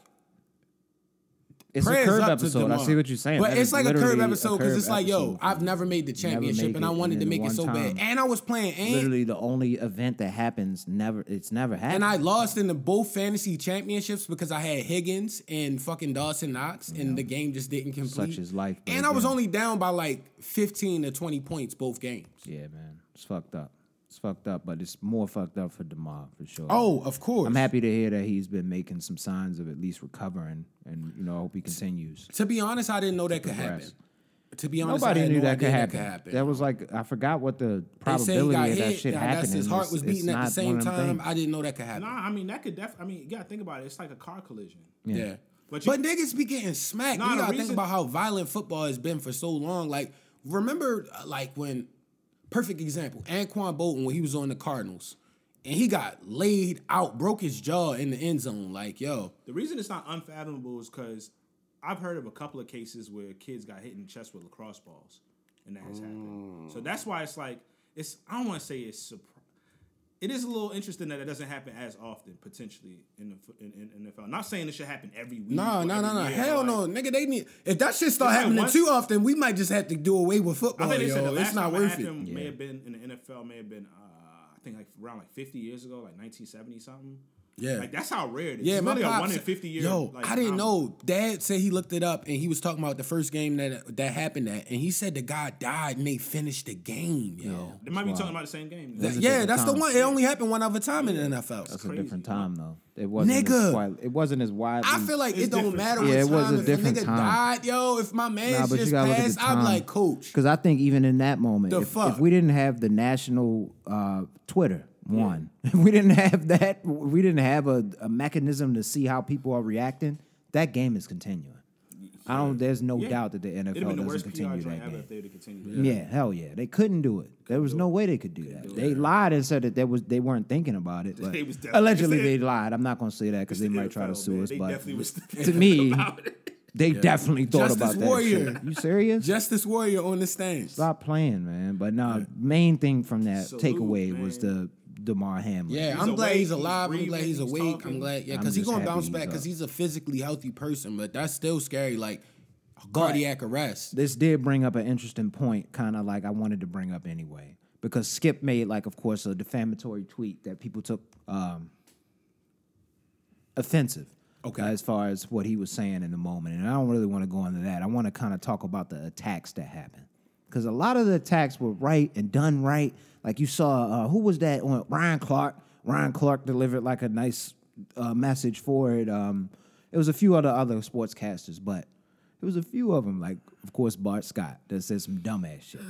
Speaker 5: It's
Speaker 3: prayers
Speaker 5: a curb
Speaker 3: up to
Speaker 5: episode. I
Speaker 3: Damar.
Speaker 5: see what you're saying.
Speaker 3: But
Speaker 5: That
Speaker 3: it's
Speaker 5: is
Speaker 3: like a
Speaker 5: literally
Speaker 3: curb episode because
Speaker 5: curb
Speaker 3: it's like, yo,
Speaker 5: episode.
Speaker 3: I've never made the championship
Speaker 5: make
Speaker 3: and I
Speaker 5: it, and
Speaker 3: wanted to
Speaker 5: then the
Speaker 3: make it
Speaker 5: one
Speaker 3: so
Speaker 5: time-
Speaker 3: bad. And I was playing and
Speaker 5: Literally the only event that happens never. It's never happened.
Speaker 3: And I lost in the both fantasy championships because I had Higgins and fucking Dawson Knox, and the game just didn't complete.
Speaker 5: is life, but
Speaker 3: And I was
Speaker 5: again-
Speaker 3: only down by like fifteen to twenty points both games.
Speaker 5: Yeah, man. It's fucked up. It's fucked up, but it's more fucked up for Demar for sure.
Speaker 3: Oh, of course.
Speaker 5: I'm happy to hear that he's been making some signs of at least recovering, and you know, I hope he continues.
Speaker 3: To be honest, I didn't know that could happen.
Speaker 5: progress.
Speaker 3: To be honest, I
Speaker 5: Nobody
Speaker 3: had
Speaker 5: knew
Speaker 3: no
Speaker 5: that could,
Speaker 3: idea
Speaker 5: happen.
Speaker 3: that
Speaker 5: that
Speaker 3: could happen.
Speaker 5: was like I forgot what the
Speaker 3: They say he
Speaker 5: probability
Speaker 3: got
Speaker 5: of that
Speaker 3: hit.
Speaker 5: shit
Speaker 3: I guess
Speaker 5: happening.
Speaker 3: his heart
Speaker 5: is-
Speaker 3: was
Speaker 5: it's
Speaker 3: beaten at
Speaker 5: not
Speaker 3: the same
Speaker 5: one of them
Speaker 3: time.
Speaker 5: things.
Speaker 3: I didn't know that could happen.
Speaker 6: Nah, I mean that could def. I mean, you gotta think about it. It's like a car collision.
Speaker 3: yeah.
Speaker 6: But
Speaker 3: But,
Speaker 6: you-
Speaker 3: niggas be getting smacked.
Speaker 6: Nah,
Speaker 3: you
Speaker 6: the
Speaker 3: gotta think
Speaker 6: reason-
Speaker 3: about how violent football has been for so long. Like, remember, uh, like when perfect example, Anquan Bolton when he was on the Cardinals, and he got laid out, broke his jaw in the end zone. Like, yo,
Speaker 6: The reason it's not unfathomable is because I've heard of a couple of cases where kids got hit in the chest with lacrosse balls, and that has happened.
Speaker 3: Mm.
Speaker 6: So that's why it's like it's. I don't want to say it's. Surpri- it is a little interesting that it doesn't happen as often potentially in the fo- in, in, in NFL. Not saying it should happen every week.
Speaker 3: nah,
Speaker 6: or
Speaker 3: nah, nah,
Speaker 6: every
Speaker 3: nah,
Speaker 6: year,
Speaker 3: hell
Speaker 6: but,
Speaker 3: no,
Speaker 6: like,
Speaker 3: nigga. They need if that shit start
Speaker 6: It's like
Speaker 3: happening
Speaker 6: once-
Speaker 3: too often, we might just have to do away with
Speaker 6: I
Speaker 3: football,
Speaker 6: think they said the
Speaker 3: yo.
Speaker 6: last
Speaker 3: It's not
Speaker 6: time it
Speaker 3: worth it.
Speaker 6: happened may have been in the NFL. May have been uh, I think like around like 50 years ago, like 1970 something.
Speaker 3: Yeah.
Speaker 6: Like that's how rare it is.
Speaker 3: Yeah,
Speaker 6: it's
Speaker 3: my
Speaker 6: literally
Speaker 3: pops,
Speaker 6: a one in 50 year.
Speaker 3: Yo,
Speaker 6: like,
Speaker 3: I didn't
Speaker 6: phenomenon.
Speaker 3: know. Dad said he looked it up and he was talking about the first game that that happened at, and he said the guy died and they finished the game, yo.
Speaker 6: They might be talking about the same game.
Speaker 3: Yeah,
Speaker 5: a different
Speaker 3: that's the
Speaker 5: time.
Speaker 3: one. It only happened one other time in the NFL.
Speaker 5: It's a different
Speaker 6: crazy.
Speaker 5: time though. It wasn't.
Speaker 3: Nigga.
Speaker 5: as wide, it wasn't as wide.
Speaker 3: I feel like
Speaker 6: It's
Speaker 3: it don't
Speaker 6: different.
Speaker 3: matter
Speaker 5: Yeah, it
Speaker 3: what
Speaker 5: was
Speaker 3: time.
Speaker 5: a
Speaker 3: If a
Speaker 5: different
Speaker 3: nigga
Speaker 5: time.
Speaker 3: died, yo, if my
Speaker 5: Nah,
Speaker 3: man
Speaker 5: but you
Speaker 3: just
Speaker 5: gotta look at
Speaker 3: passed,
Speaker 5: the time.
Speaker 3: I'm like, coach.
Speaker 5: Because I think even in that moment,
Speaker 3: The
Speaker 5: if,
Speaker 3: fuck?
Speaker 5: if we didn't have the national uh, Twitter one, if we didn't have that, we didn't have a, a mechanism to see how people are reacting. That game is continuing. I don't. There's no
Speaker 6: Yeah.
Speaker 5: doubt that the
Speaker 6: It'd have
Speaker 5: NFL
Speaker 6: been the
Speaker 5: doesn't
Speaker 6: worst PR
Speaker 5: continue
Speaker 6: joint
Speaker 5: that
Speaker 6: ever
Speaker 5: game.
Speaker 6: if they would have continued.
Speaker 5: Yeah. hell yeah. They couldn't do it. There was no way they could do that. They lied and said that they was they weren't thinking about it. But
Speaker 6: They was definitely-
Speaker 5: allegedly
Speaker 6: it's
Speaker 5: they
Speaker 6: the-
Speaker 5: lied. I'm not gonna say that because they might try to
Speaker 6: NFL,
Speaker 5: sue
Speaker 6: man.
Speaker 5: us.
Speaker 6: They
Speaker 5: but
Speaker 6: definitely was
Speaker 5: to me, they definitely thought
Speaker 3: Justice
Speaker 5: about
Speaker 3: Warrior.
Speaker 5: that. Shit. You serious?
Speaker 3: Justice Warrior on the stands.
Speaker 5: Stop playing, man. But no, main thing from that
Speaker 6: Salute,
Speaker 5: takeaway was
Speaker 6: man.
Speaker 5: the Demar Hamlin.
Speaker 3: Yeah,
Speaker 6: He's
Speaker 3: I'm glad
Speaker 6: awake,
Speaker 3: he's alive.
Speaker 6: he's
Speaker 3: I'm glad he's
Speaker 6: breathing, he's
Speaker 3: awake.
Speaker 6: talking.
Speaker 3: I'm glad, yeah,
Speaker 5: I'm
Speaker 3: because he's
Speaker 5: just
Speaker 3: gonna
Speaker 5: happy
Speaker 3: bounce
Speaker 5: he's
Speaker 3: back
Speaker 5: up.
Speaker 3: because he's a physically healthy person, but that's still scary. Like cardiac arrest.
Speaker 5: this did bring up an interesting point, kind of like I wanted to bring up anyway, because Skip made like, of course, a defamatory tweet that people took um, offensive.
Speaker 3: Okay.
Speaker 5: uh, as far as what he was saying in the moment. And I don't really want to go into that. I want to kind of talk about the attacks that happened. Because a lot of the attacks were right and done right. Like you saw, uh, who was that on Ryan Clark? Ryan Clark delivered like a nice uh, message for it. Um, it was a few other other sportscasters, but it was a few of them. Like, of course, Bart Scott that said some dumbass shit.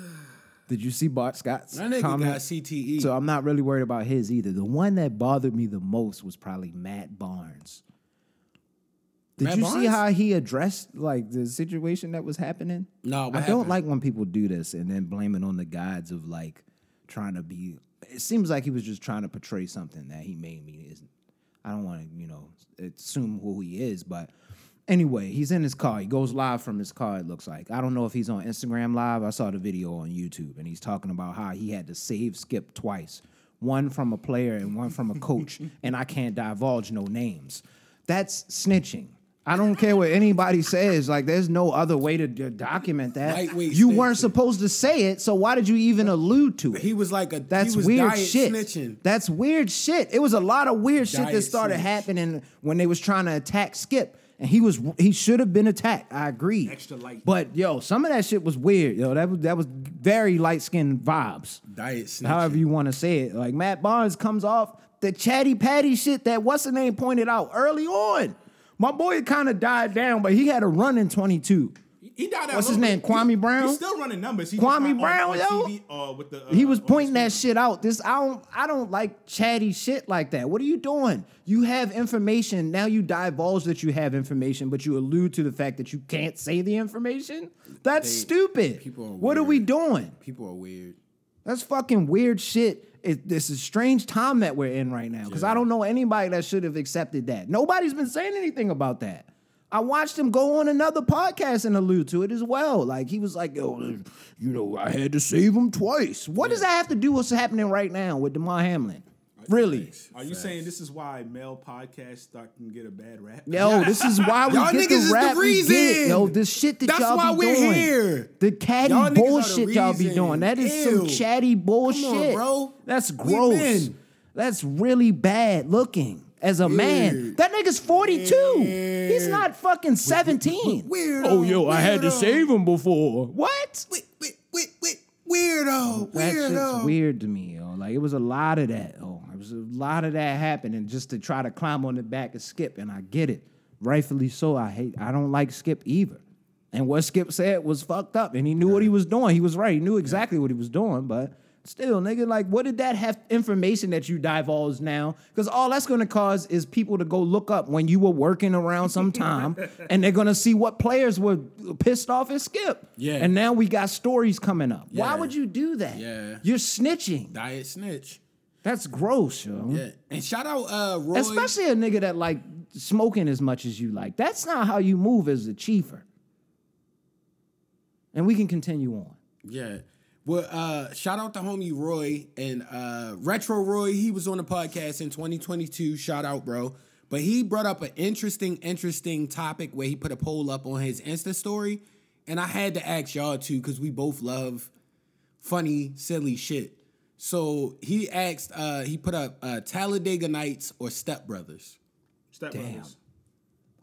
Speaker 5: Did you see Bart Scott's
Speaker 3: That nigga
Speaker 5: comment?
Speaker 3: got E, CTE.
Speaker 5: So I'm not really worried about his either. The one that bothered me the most was probably Matt Barnes. Did
Speaker 3: Matt
Speaker 5: you see
Speaker 3: Barnes?
Speaker 5: how he addressed like the situation that was happening?
Speaker 3: No,
Speaker 5: I
Speaker 3: what
Speaker 5: don't
Speaker 3: happened?
Speaker 5: like when people do this and then blame it on the gods of like trying to be. It seems like he was just trying to portray something that he made me isn't. I don't want to, you know, assume who he is, but anyway, he's in his car. He goes live from his car. It looks like I don't know if he's on Instagram live. I saw the video on YouTube, and he's talking about how he had to save Skip twice, one from a player and one from a coach, and I can't divulge no names. That's snitching. I don't care what anybody says. Like, there's no other way to d- document that.
Speaker 3: Lightweight
Speaker 5: you weren't
Speaker 3: snitching.
Speaker 5: supposed to say it, so why did you even allude to it?
Speaker 3: He was like a
Speaker 5: That's
Speaker 3: he was
Speaker 5: weird
Speaker 3: diet
Speaker 5: shit.
Speaker 3: snitching.
Speaker 5: That's weird shit. It was a lot of weird shit that
Speaker 3: Diet
Speaker 5: started
Speaker 3: snitch.
Speaker 5: happening when they was trying to attack Skip. And he was he should have been attacked. I agree.
Speaker 6: Extra light.
Speaker 5: But yo, some of that shit was weird. Yo, that was that was very light skinned vibes.
Speaker 3: Diet snitching.
Speaker 5: However you want to say it. Like Matt Barnes comes off the chatty patty shit that what's the name pointed out early on. My boy kind of died down, but he had a run in 22.
Speaker 6: He died out.
Speaker 5: What's his
Speaker 6: little
Speaker 5: name,
Speaker 6: bit.
Speaker 5: Kwame
Speaker 6: He-
Speaker 5: Brown?
Speaker 6: He's still running numbers. He
Speaker 5: Kwame
Speaker 6: just not on-
Speaker 5: Brown,
Speaker 6: on
Speaker 5: yo?
Speaker 6: TV, uh, with the, uh,
Speaker 5: he was
Speaker 6: on the
Speaker 5: pointing that
Speaker 6: screen.
Speaker 5: shit out. This I don't I don't like chatty shit like that. What are you doing? You have information now. You divulge that you have information, but you allude to the fact that you can't say the information. That's stupid.
Speaker 3: people are
Speaker 5: what are we doing?
Speaker 3: People are weird.
Speaker 5: That's fucking weird shit. It, this is strange time that we're in right now because I don't know anybody that should have accepted that. Nobody's been saying anything about that. I watched him go on another podcast and allude to it as well. Like he was like, "Yo, you know, I had to save him twice." What does that have to do with what's happening right now with Demar Hamlin? Really?
Speaker 6: Are you saying this is why male podcasts start to get a bad rap?
Speaker 5: Yo, this is why we
Speaker 3: Y'all
Speaker 5: get
Speaker 3: niggas is
Speaker 5: the
Speaker 3: the
Speaker 5: rap we get.
Speaker 3: reason.
Speaker 5: Yo, this shit that
Speaker 3: That's
Speaker 5: y'all
Speaker 3: why
Speaker 5: be
Speaker 3: we're
Speaker 5: doing.
Speaker 3: here.
Speaker 5: The catty
Speaker 3: Y'all niggas are the
Speaker 5: bullshit y'all be
Speaker 3: reason.
Speaker 5: doing. That is some
Speaker 3: Ew.
Speaker 5: chatty bullshit,
Speaker 3: bro.
Speaker 5: That's
Speaker 3: We
Speaker 5: gross.
Speaker 3: men.
Speaker 5: That's really bad looking as a man.
Speaker 3: Weird.
Speaker 5: That nigga's 42. He's
Speaker 3: Weird.
Speaker 5: not fucking 17.
Speaker 3: Weirdo.
Speaker 5: Oh, yo, I had to
Speaker 3: weirdo.
Speaker 5: save him before. What?
Speaker 3: Wait, wait, wait, wait. Weirdo.
Speaker 5: That shit's
Speaker 3: Weirdo.
Speaker 5: weird to me, yo. Like it was a lot of that. Oh, it was a lot of that happening just to try to climb on the back of Skip, and I get it. Rightfully so. I hate. I don't like Skip either. And what Skip said was fucked up, and he knew what he was doing. He was right. He knew exactly what he was doing, but. Still, nigga, like, what did that have information that you divulge now? Because all that's gonna cause is people to go look up when you were working around sometime, and they're gonna see what players were pissed off at Skip.
Speaker 3: Yeah.
Speaker 5: And now we got stories coming up. Why
Speaker 3: Yeah.
Speaker 5: would you do that?
Speaker 3: Yeah.
Speaker 5: You're snitching.
Speaker 3: Diet snitch.
Speaker 5: That's gross, yo.
Speaker 3: Yeah. And shout out uh Roy.
Speaker 5: Especially a nigga that like smoking as much as you like. That's not how you move as a chiefer. And we can continue on.
Speaker 3: Yeah. Well, uh, shout out to homie Roy and uh, Retro Roy. He was on the podcast in 2022. Shout out, bro. But he brought up an interesting, interesting topic where he put a poll up on his Insta story. And I had to ask y'all too, because we both love funny, silly shit. So he asked, uh, he put up uh, Talladega Nights or Step Brothers.
Speaker 6: Step Brothers.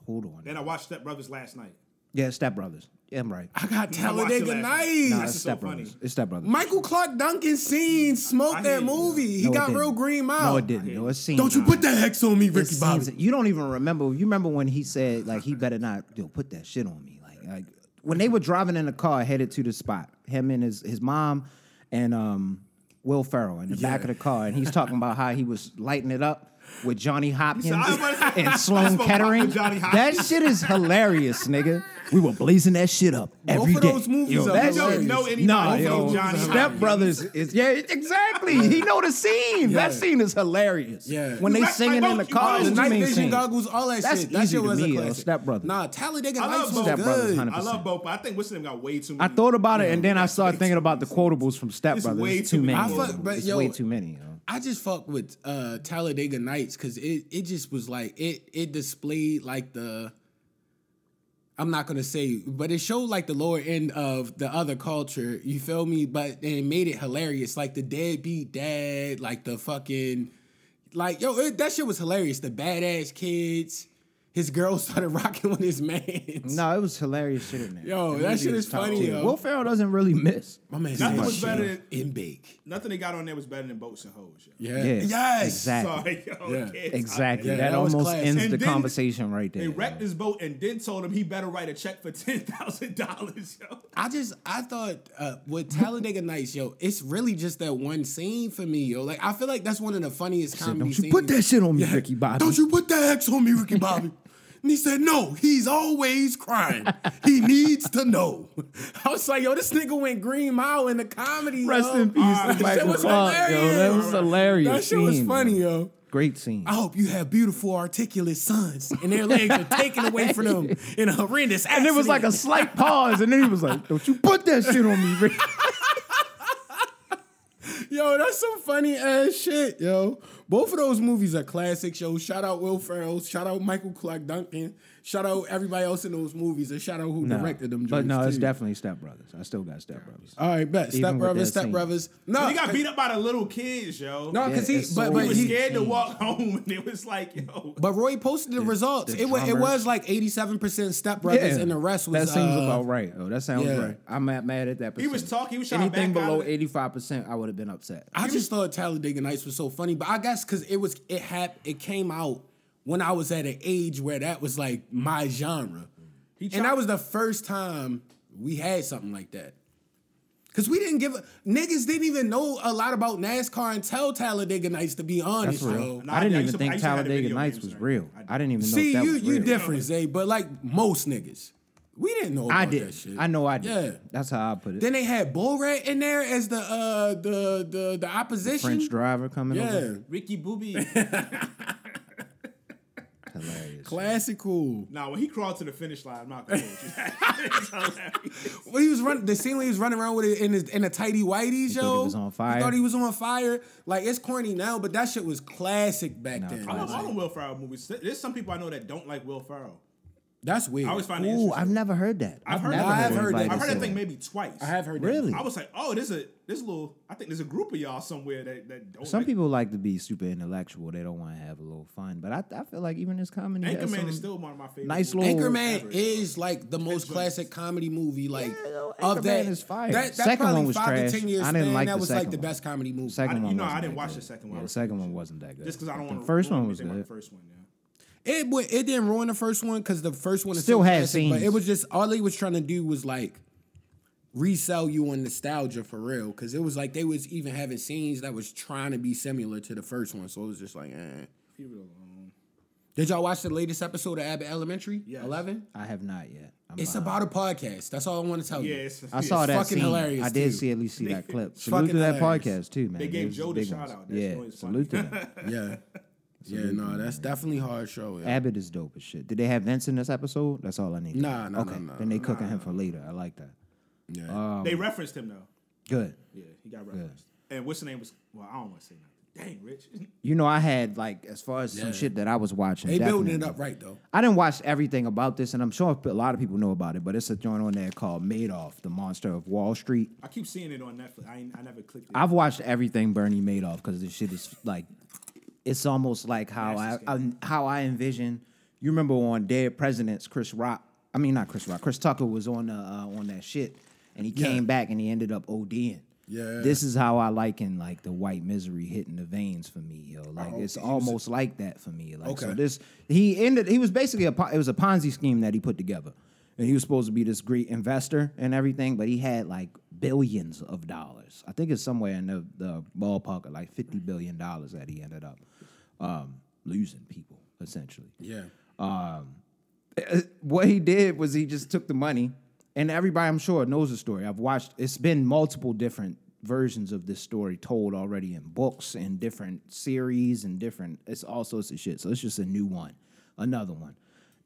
Speaker 5: Hold on.
Speaker 6: Then I watched Step Brothers last night.
Speaker 5: Yeah, it's stepbrothers. Yeah, I'm right.
Speaker 3: I got
Speaker 6: I watched it
Speaker 3: Talladega
Speaker 6: last
Speaker 3: Nights.
Speaker 6: night.
Speaker 5: Nah,
Speaker 6: That's
Speaker 5: it's
Speaker 6: so
Speaker 5: stepbrothers.
Speaker 6: funny.
Speaker 5: It's stepbrothers.
Speaker 3: Michael Clark Duncan seen smoked
Speaker 6: I
Speaker 3: that
Speaker 6: hate it.
Speaker 3: movie. He
Speaker 5: No, it
Speaker 3: got
Speaker 5: didn't.
Speaker 3: real green mouth.
Speaker 5: No, it didn't. No, it seemed
Speaker 3: Don't you put that hex on me,
Speaker 5: It
Speaker 3: Ricky Bobby.
Speaker 5: seems- You don't even remember. You remember when he said like he better not yo, put that shit on me. Like like when they were driving in the car headed to the spot, him and his his mom and um Will Ferrell in the back of the car, and he's talking about how he was lighting it up with Johnny Hopkins
Speaker 6: "I was-
Speaker 5: and
Speaker 6: I
Speaker 5: Sloan
Speaker 6: smoked pot
Speaker 5: Kettering.
Speaker 6: with Johnny
Speaker 5: That
Speaker 6: Hopkins."
Speaker 5: shit is hilarious, nigga. We were blazing that shit up every day.
Speaker 3: of those movies
Speaker 5: Yo,
Speaker 3: are
Speaker 5: that
Speaker 3: hilarious.
Speaker 5: shit-
Speaker 3: You don't know
Speaker 6: anybody
Speaker 5: Nah,
Speaker 6: who
Speaker 5: yo,
Speaker 6: knows Johnny
Speaker 5: Step
Speaker 6: Hopkins.
Speaker 5: Brothers is yeah, exactly. He know the scene. That
Speaker 3: Yeah.
Speaker 5: scene is hilarious.
Speaker 3: Yeah.
Speaker 5: When
Speaker 6: You
Speaker 5: they
Speaker 6: act
Speaker 5: singing
Speaker 6: like
Speaker 5: in the
Speaker 6: both you
Speaker 5: car,
Speaker 6: are.
Speaker 5: what
Speaker 3: the
Speaker 5: you
Speaker 3: night
Speaker 5: mean
Speaker 3: vision
Speaker 5: singing?
Speaker 3: goggles, all that
Speaker 5: That's
Speaker 3: shit. That
Speaker 5: easy
Speaker 3: shit
Speaker 5: to
Speaker 3: was
Speaker 5: me,
Speaker 3: a
Speaker 5: yo,
Speaker 3: classic.
Speaker 5: Step Brothers.
Speaker 3: Nah, Talladega
Speaker 6: I
Speaker 3: Nights
Speaker 6: love
Speaker 3: was
Speaker 6: Step
Speaker 5: Brothers,
Speaker 3: good.
Speaker 5: 100%.
Speaker 6: I love both, but I think what's his name got way too many.
Speaker 5: I thought about it, and then I started thinking about the quotables from Step
Speaker 6: It's
Speaker 5: Brothers.
Speaker 6: way
Speaker 5: it's too
Speaker 6: too
Speaker 5: many.
Speaker 6: many.
Speaker 3: I fuck- but
Speaker 5: it's
Speaker 3: yo-
Speaker 5: way too many. yo.
Speaker 3: I just fuck with uh, Talladega Nights because it it just was like it it displayed like the. I'm not gonna say, but it showed like the lower end of the other culture. You feel me? But it made it hilarious, like the deadbeat dad, like the fucking, like yo, it, that shit was hilarious. The badass kids. his girl started rocking with his man's.
Speaker 5: No, it was hilarious shit in there.
Speaker 3: Yo,
Speaker 5: And
Speaker 3: that
Speaker 5: he
Speaker 3: shit
Speaker 5: was
Speaker 3: is
Speaker 5: top
Speaker 3: funny,
Speaker 5: tier.
Speaker 3: yo.
Speaker 5: Will Ferrell doesn't really miss.
Speaker 3: My man
Speaker 6: Nothing
Speaker 3: said
Speaker 6: was
Speaker 3: shit
Speaker 6: better than-
Speaker 3: in bake.
Speaker 6: Nothing they got on there was better than boats and hoes. Yo.
Speaker 3: Yeah.
Speaker 5: Yeah,
Speaker 3: Yes.
Speaker 5: exactly.
Speaker 6: Sorry, yo,
Speaker 3: Yeah.
Speaker 6: kids, I-
Speaker 5: Exactly.
Speaker 3: Yeah,
Speaker 5: that,
Speaker 3: that was
Speaker 5: almost
Speaker 3: class.
Speaker 5: ends
Speaker 6: And
Speaker 5: the
Speaker 6: then
Speaker 5: conversation right there.
Speaker 6: They wrecked his boat and then told him he better write a check for ten thousand dollars, yo.
Speaker 3: I just I thought uh, with Talladega Nights, yo, it's really just that one scene for me, yo. Like I feel like that's one of the funniest
Speaker 5: Said,
Speaker 3: comedy
Speaker 5: Don't you
Speaker 3: scenes.
Speaker 5: put that shit on me, Ricky Bobby.
Speaker 3: Don't you put that X on me, Ricky Bobby. and he said, no, he's always crying. He needs to know. I was like, yo, this nigigga went Green Mile in the comedy.
Speaker 5: Rest
Speaker 3: yo.
Speaker 5: in peace
Speaker 3: All
Speaker 5: to
Speaker 3: right, that
Speaker 5: Michael
Speaker 3: was
Speaker 5: Clark, yo. That
Speaker 3: hilarious.
Speaker 5: was hilarious
Speaker 3: That shit was
Speaker 5: scene,
Speaker 3: funny,
Speaker 5: yo.
Speaker 3: yo.
Speaker 5: Great scene.
Speaker 3: I hope you have beautiful, articulate sons, and their legs are taken away from them in a horrendous
Speaker 5: and
Speaker 3: accident.
Speaker 5: it was like a slight pause, and then he was like, "Don't you put that shit on me, Ricky."
Speaker 3: Yo, that's some funny ass shit, yo. Both of those movies are classics, yo. Shout out Will Ferrell. Shout out Michael Clark Duncan. Shout out everybody else in those movies. And shout out who directed them.
Speaker 5: But
Speaker 3: joints,
Speaker 5: no, it's
Speaker 3: too.
Speaker 5: definitely Step Brothers. I still got Step Brothers.
Speaker 3: All right, bet. Step
Speaker 5: with
Speaker 3: Brothers,
Speaker 5: that
Speaker 3: Step
Speaker 5: scene.
Speaker 3: Brothers. No,
Speaker 6: He got beat up by the little kids, yo.
Speaker 3: Uh, No, because
Speaker 5: Yeah,
Speaker 3: he,
Speaker 5: it's
Speaker 3: but,
Speaker 5: so
Speaker 3: but
Speaker 6: he was
Speaker 3: he,
Speaker 6: scared
Speaker 5: Mm.
Speaker 6: to walk home, and it was like, yo,
Speaker 3: but Roy posted the results.
Speaker 5: the
Speaker 3: it, was, it
Speaker 5: drummer.
Speaker 3: was like 87% Step Brothers, and the rest was.
Speaker 5: that seems
Speaker 3: uh,
Speaker 5: about right. Oh, that sounds
Speaker 3: yeah.
Speaker 5: right. I'm not mad at that.
Speaker 6: He
Speaker 5: Percentage.
Speaker 6: was talking- he was trying to
Speaker 5: anything
Speaker 6: back out
Speaker 5: below
Speaker 6: of it.
Speaker 5: 85. percent I would have been upset.
Speaker 3: I just thought Talladega Nights was so funny, but I guess because it was it had it came out when I was at an age where that was like my genre, and that was the first time we had something like that. Cause we didn't give a, niggas didn't even know a lot about NASCAR until Talladega Nights. To be honest,
Speaker 5: That's
Speaker 3: yo.
Speaker 5: real.
Speaker 6: Nah,
Speaker 5: I didn't
Speaker 6: I
Speaker 5: even
Speaker 6: used to- I
Speaker 5: think
Speaker 6: used to have the
Speaker 5: Talladega
Speaker 6: video
Speaker 5: Nights
Speaker 6: games
Speaker 5: was
Speaker 6: there.
Speaker 5: real. I didn't even know
Speaker 3: See
Speaker 5: if that
Speaker 3: you,
Speaker 5: was
Speaker 3: you
Speaker 5: real.
Speaker 3: different, Zay, but like most niggas, we didn't know. About
Speaker 5: I
Speaker 3: That
Speaker 5: did.
Speaker 3: shit.
Speaker 5: I know I did.
Speaker 3: Yeah.
Speaker 5: That's how I put it.
Speaker 3: Then they had Bull Rat in there as the uh the the the opposition.
Speaker 5: French driver coming
Speaker 3: yeah,
Speaker 5: over.
Speaker 6: Ricky Booby.
Speaker 5: Hilarious.
Speaker 3: classical.
Speaker 6: now, when he crawled to the finish line, I'm not gonna hold you. It's hilarious.
Speaker 3: Well, he was running. The scene where he was running around with it in his in a tighty whitey
Speaker 5: thought he
Speaker 3: show.
Speaker 5: was on fire.
Speaker 3: He thought he was on fire. Like it's corny now, but that shit was classic back
Speaker 5: Nah,
Speaker 3: then.
Speaker 6: I love
Speaker 5: classic.
Speaker 6: all the Will Ferrell movies. There- There's some people I know that don't like Will Ferrell.
Speaker 3: That's weird.
Speaker 6: I always find it
Speaker 5: Ooh,
Speaker 6: interesting.
Speaker 5: I've never heard that.
Speaker 6: I've heard
Speaker 5: never
Speaker 6: that.
Speaker 3: heard
Speaker 6: I've
Speaker 3: that.
Speaker 5: anybody
Speaker 6: I've heard
Speaker 5: say
Speaker 6: that thing maybe twice.
Speaker 3: I have heard. that.
Speaker 5: Really?
Speaker 6: I was like, oh, there's a there's a little. I think there's a group of y'all somewhere that that don't.
Speaker 5: Some
Speaker 6: like-
Speaker 5: people like to be super intellectual. They don't want to have a little fun. But I, I feel like even this comedy has
Speaker 6: Anchorman
Speaker 5: some-
Speaker 6: is still one of my favorite.
Speaker 5: nice
Speaker 6: movies.
Speaker 5: little-
Speaker 3: Anchorman
Speaker 6: Ever.
Speaker 3: is like the most
Speaker 6: good.
Speaker 3: classic comedy movie. Like
Speaker 5: Yeah, yo,
Speaker 3: of that,
Speaker 5: Anchorman is fire.
Speaker 3: that, that
Speaker 5: Second
Speaker 3: probably
Speaker 5: one was
Speaker 3: five
Speaker 5: trash.
Speaker 3: to ten years
Speaker 5: I didn't
Speaker 3: span,
Speaker 5: like
Speaker 3: that
Speaker 5: the
Speaker 3: was like
Speaker 5: second
Speaker 3: the
Speaker 5: one.
Speaker 3: best comedy movie.
Speaker 5: Second
Speaker 6: I- you
Speaker 5: one
Speaker 6: know, I
Speaker 5: wasn't
Speaker 6: didn't
Speaker 5: that
Speaker 6: watch
Speaker 5: good.
Speaker 6: the second
Speaker 5: Yeah,
Speaker 6: one.
Speaker 5: the second one wasn't that good.
Speaker 6: Just because I
Speaker 5: But
Speaker 6: don't want
Speaker 5: the
Speaker 6: to.
Speaker 5: first one was
Speaker 6: The
Speaker 5: good.
Speaker 6: first one, yeah.
Speaker 3: It wa- it didn't ruin the first one because the first one is
Speaker 5: Still
Speaker 3: so
Speaker 5: had
Speaker 3: classic, but
Speaker 5: scenes.
Speaker 3: it was just all they was trying to do was like resell you on nostalgia for real because it was like they was even having scenes that was trying to be similar to the first one, so it was just like, eh.
Speaker 6: Leave it alone.
Speaker 3: Did y'all watch the latest episode of Abbott Elementary?
Speaker 6: Yes.
Speaker 3: Eleven.
Speaker 5: I have not yet. I'm
Speaker 3: It's
Speaker 5: behind.
Speaker 3: about a podcast. That's all I want to tell
Speaker 6: Yeah,
Speaker 3: you.
Speaker 6: it's,
Speaker 5: I saw that
Speaker 3: fucking
Speaker 5: scene.
Speaker 3: hilarious,
Speaker 5: I did
Speaker 3: too.
Speaker 5: see at least see that clip. Salute
Speaker 3: fucking
Speaker 5: to that
Speaker 3: hilarious.
Speaker 5: podcast too, man.
Speaker 6: They gave
Speaker 5: was
Speaker 6: Joe the
Speaker 5: big
Speaker 6: shout
Speaker 5: ones.
Speaker 6: out. That's
Speaker 5: Yeah,
Speaker 6: always funny.
Speaker 5: salute to them.
Speaker 3: Yeah, yeah. No, that's definitely hard show. Yeah.
Speaker 5: Abbott is dope as shit. Did they have Vince in this episode? That's all I need. to
Speaker 3: Nah,
Speaker 5: know.
Speaker 3: nah, nah,
Speaker 5: okay.
Speaker 3: nah,
Speaker 5: Then they cooking him for later. I like that. um,
Speaker 3: Yeah.
Speaker 6: They referenced him though.
Speaker 5: Good.
Speaker 6: Yeah, he got referenced. And what's the name was? Well, I don't want to say nothing. Dang, Rich.
Speaker 5: You know, I had like as far as
Speaker 3: Yeah.
Speaker 5: some shit that I was watching.
Speaker 3: They building it
Speaker 5: definitely.
Speaker 3: up right though.
Speaker 5: I didn't watch everything about this, and I'm sure a lot of people know about it, but it's a joint on there called Madoff, the Monster of Wall Street.
Speaker 6: I keep seeing it on Netflix. I, ain't, I never clicked it.
Speaker 5: I've watched everything Bernie Madoff because this shit is like, it's almost like how I, I how I envision. You remember on Dead Presidents, Chris Rock. I mean, not Chris Rock. Chris Tucker was on uh, uh, on that shit, and he came back and he ended up ODing.
Speaker 3: Yeah.
Speaker 5: This is how I liken like the white misery hitting the veins for me, yo. Like it's almost like that for me. Like so
Speaker 3: Okay.
Speaker 5: this he ended he was basically a po- it was a Ponzi scheme that he put together. And he was supposed to be this great investor and everything, but he had like billions of dollars. I think it's somewhere in the, the ballpark of like fifty billion dollars that he ended up um, losing people essentially
Speaker 3: Yeah.
Speaker 5: what he did was he just took the money, and everybody I'm sure knows the story. I've watched it's been multiple different versions of this story told already in books and different series and different it's all sorts of shit. So it's just a new one, another one,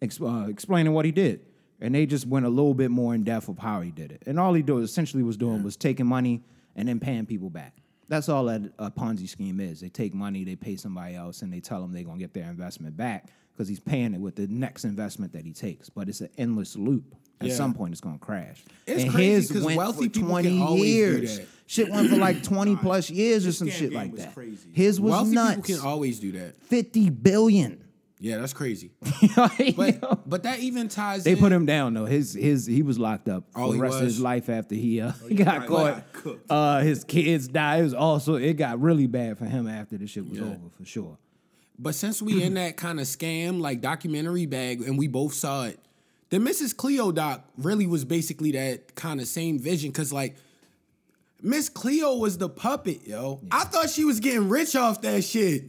Speaker 5: ex- uh, explaining what he did. And they just went a little bit more in depth of how he did it. And all he do, essentially was doing was taking money and then paying people back. That's all that a Ponzi scheme is. They take money, they pay somebody else, and they tell them they're gonna get their investment back because he's paying it with the next investment that he takes. But it's an endless loop. At
Speaker 3: Yeah.
Speaker 5: some point, it's gonna crash.
Speaker 3: It's
Speaker 5: and
Speaker 3: crazy
Speaker 5: his
Speaker 3: 'cause
Speaker 5: went
Speaker 3: wealthy
Speaker 5: for
Speaker 3: people can
Speaker 5: twenty
Speaker 3: always do
Speaker 5: years.
Speaker 3: that.
Speaker 5: Shit went for like twenty plus years or some
Speaker 6: scam
Speaker 5: shit
Speaker 6: game
Speaker 5: like
Speaker 6: was
Speaker 5: that.
Speaker 6: crazy.
Speaker 5: His was
Speaker 3: Wealthy
Speaker 5: nuts.
Speaker 3: people can always do that.
Speaker 5: Fifty billion.
Speaker 3: Yeah, that's crazy.
Speaker 5: Like,
Speaker 3: But
Speaker 5: yo.
Speaker 3: but that even ties.
Speaker 5: They
Speaker 3: in.
Speaker 5: put him down though. His his he was locked up
Speaker 3: Oh,
Speaker 5: for the
Speaker 3: he
Speaker 5: rest
Speaker 3: was?
Speaker 5: of
Speaker 3: Oh,
Speaker 5: his life after he uh, got
Speaker 6: right,
Speaker 5: caught.
Speaker 6: got cooked.
Speaker 5: Uh, his kids died. It was also it got really bad for him after the shit was
Speaker 3: Yeah.
Speaker 5: over for sure.
Speaker 3: But since we in that kind of scam like documentary bag, and we both saw it, the Mrs. Cleo doc really was basically that kind of same vision. Cause like Miss Cleo was the puppet, yo. I thought she was getting rich off that shit.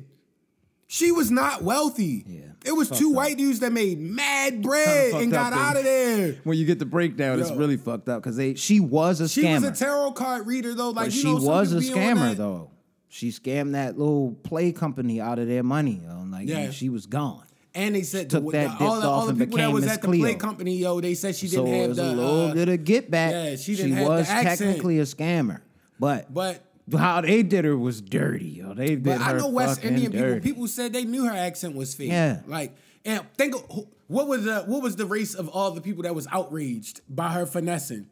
Speaker 3: She was not wealthy.
Speaker 5: Yeah.
Speaker 3: It was two white dudes that made mad bread
Speaker 5: fucked
Speaker 3: and got
Speaker 5: up,
Speaker 3: out of there.
Speaker 5: When you get the breakdown, it's
Speaker 3: Yo.
Speaker 5: really fucked up because they she was a
Speaker 3: She
Speaker 5: scammer.
Speaker 3: was a tarot card reader though. Like
Speaker 5: but
Speaker 3: you
Speaker 5: she
Speaker 3: know, some
Speaker 5: was a
Speaker 3: people be on
Speaker 5: scammer
Speaker 3: that-
Speaker 5: though. She scammed that little play company out of their money. yo, and, like
Speaker 3: Yeah.
Speaker 5: and she was gone.
Speaker 3: And they said
Speaker 5: Took
Speaker 3: the-
Speaker 5: that
Speaker 3: the, all,
Speaker 5: dipped
Speaker 3: the, all
Speaker 5: off
Speaker 3: the
Speaker 5: and
Speaker 3: people that
Speaker 5: became
Speaker 3: was
Speaker 5: Miss
Speaker 3: at the play
Speaker 5: Cleo.
Speaker 3: company, yo, they said she
Speaker 5: So
Speaker 3: didn't
Speaker 5: it
Speaker 3: have
Speaker 5: was
Speaker 3: the
Speaker 5: a little
Speaker 3: uh,
Speaker 5: bit of get back.
Speaker 3: yeah, she didn't have the
Speaker 5: was
Speaker 3: accent.
Speaker 5: technically a scammer, but
Speaker 3: But
Speaker 5: how they did her was dirty. Yo. They did
Speaker 3: but I
Speaker 5: her
Speaker 3: know West
Speaker 5: fucking
Speaker 3: Indian
Speaker 5: dirty.
Speaker 3: people. People said they knew her accent was fake.
Speaker 5: Yeah.
Speaker 3: like and think of who- what was the what was the race of all the people that was outraged by her finessing.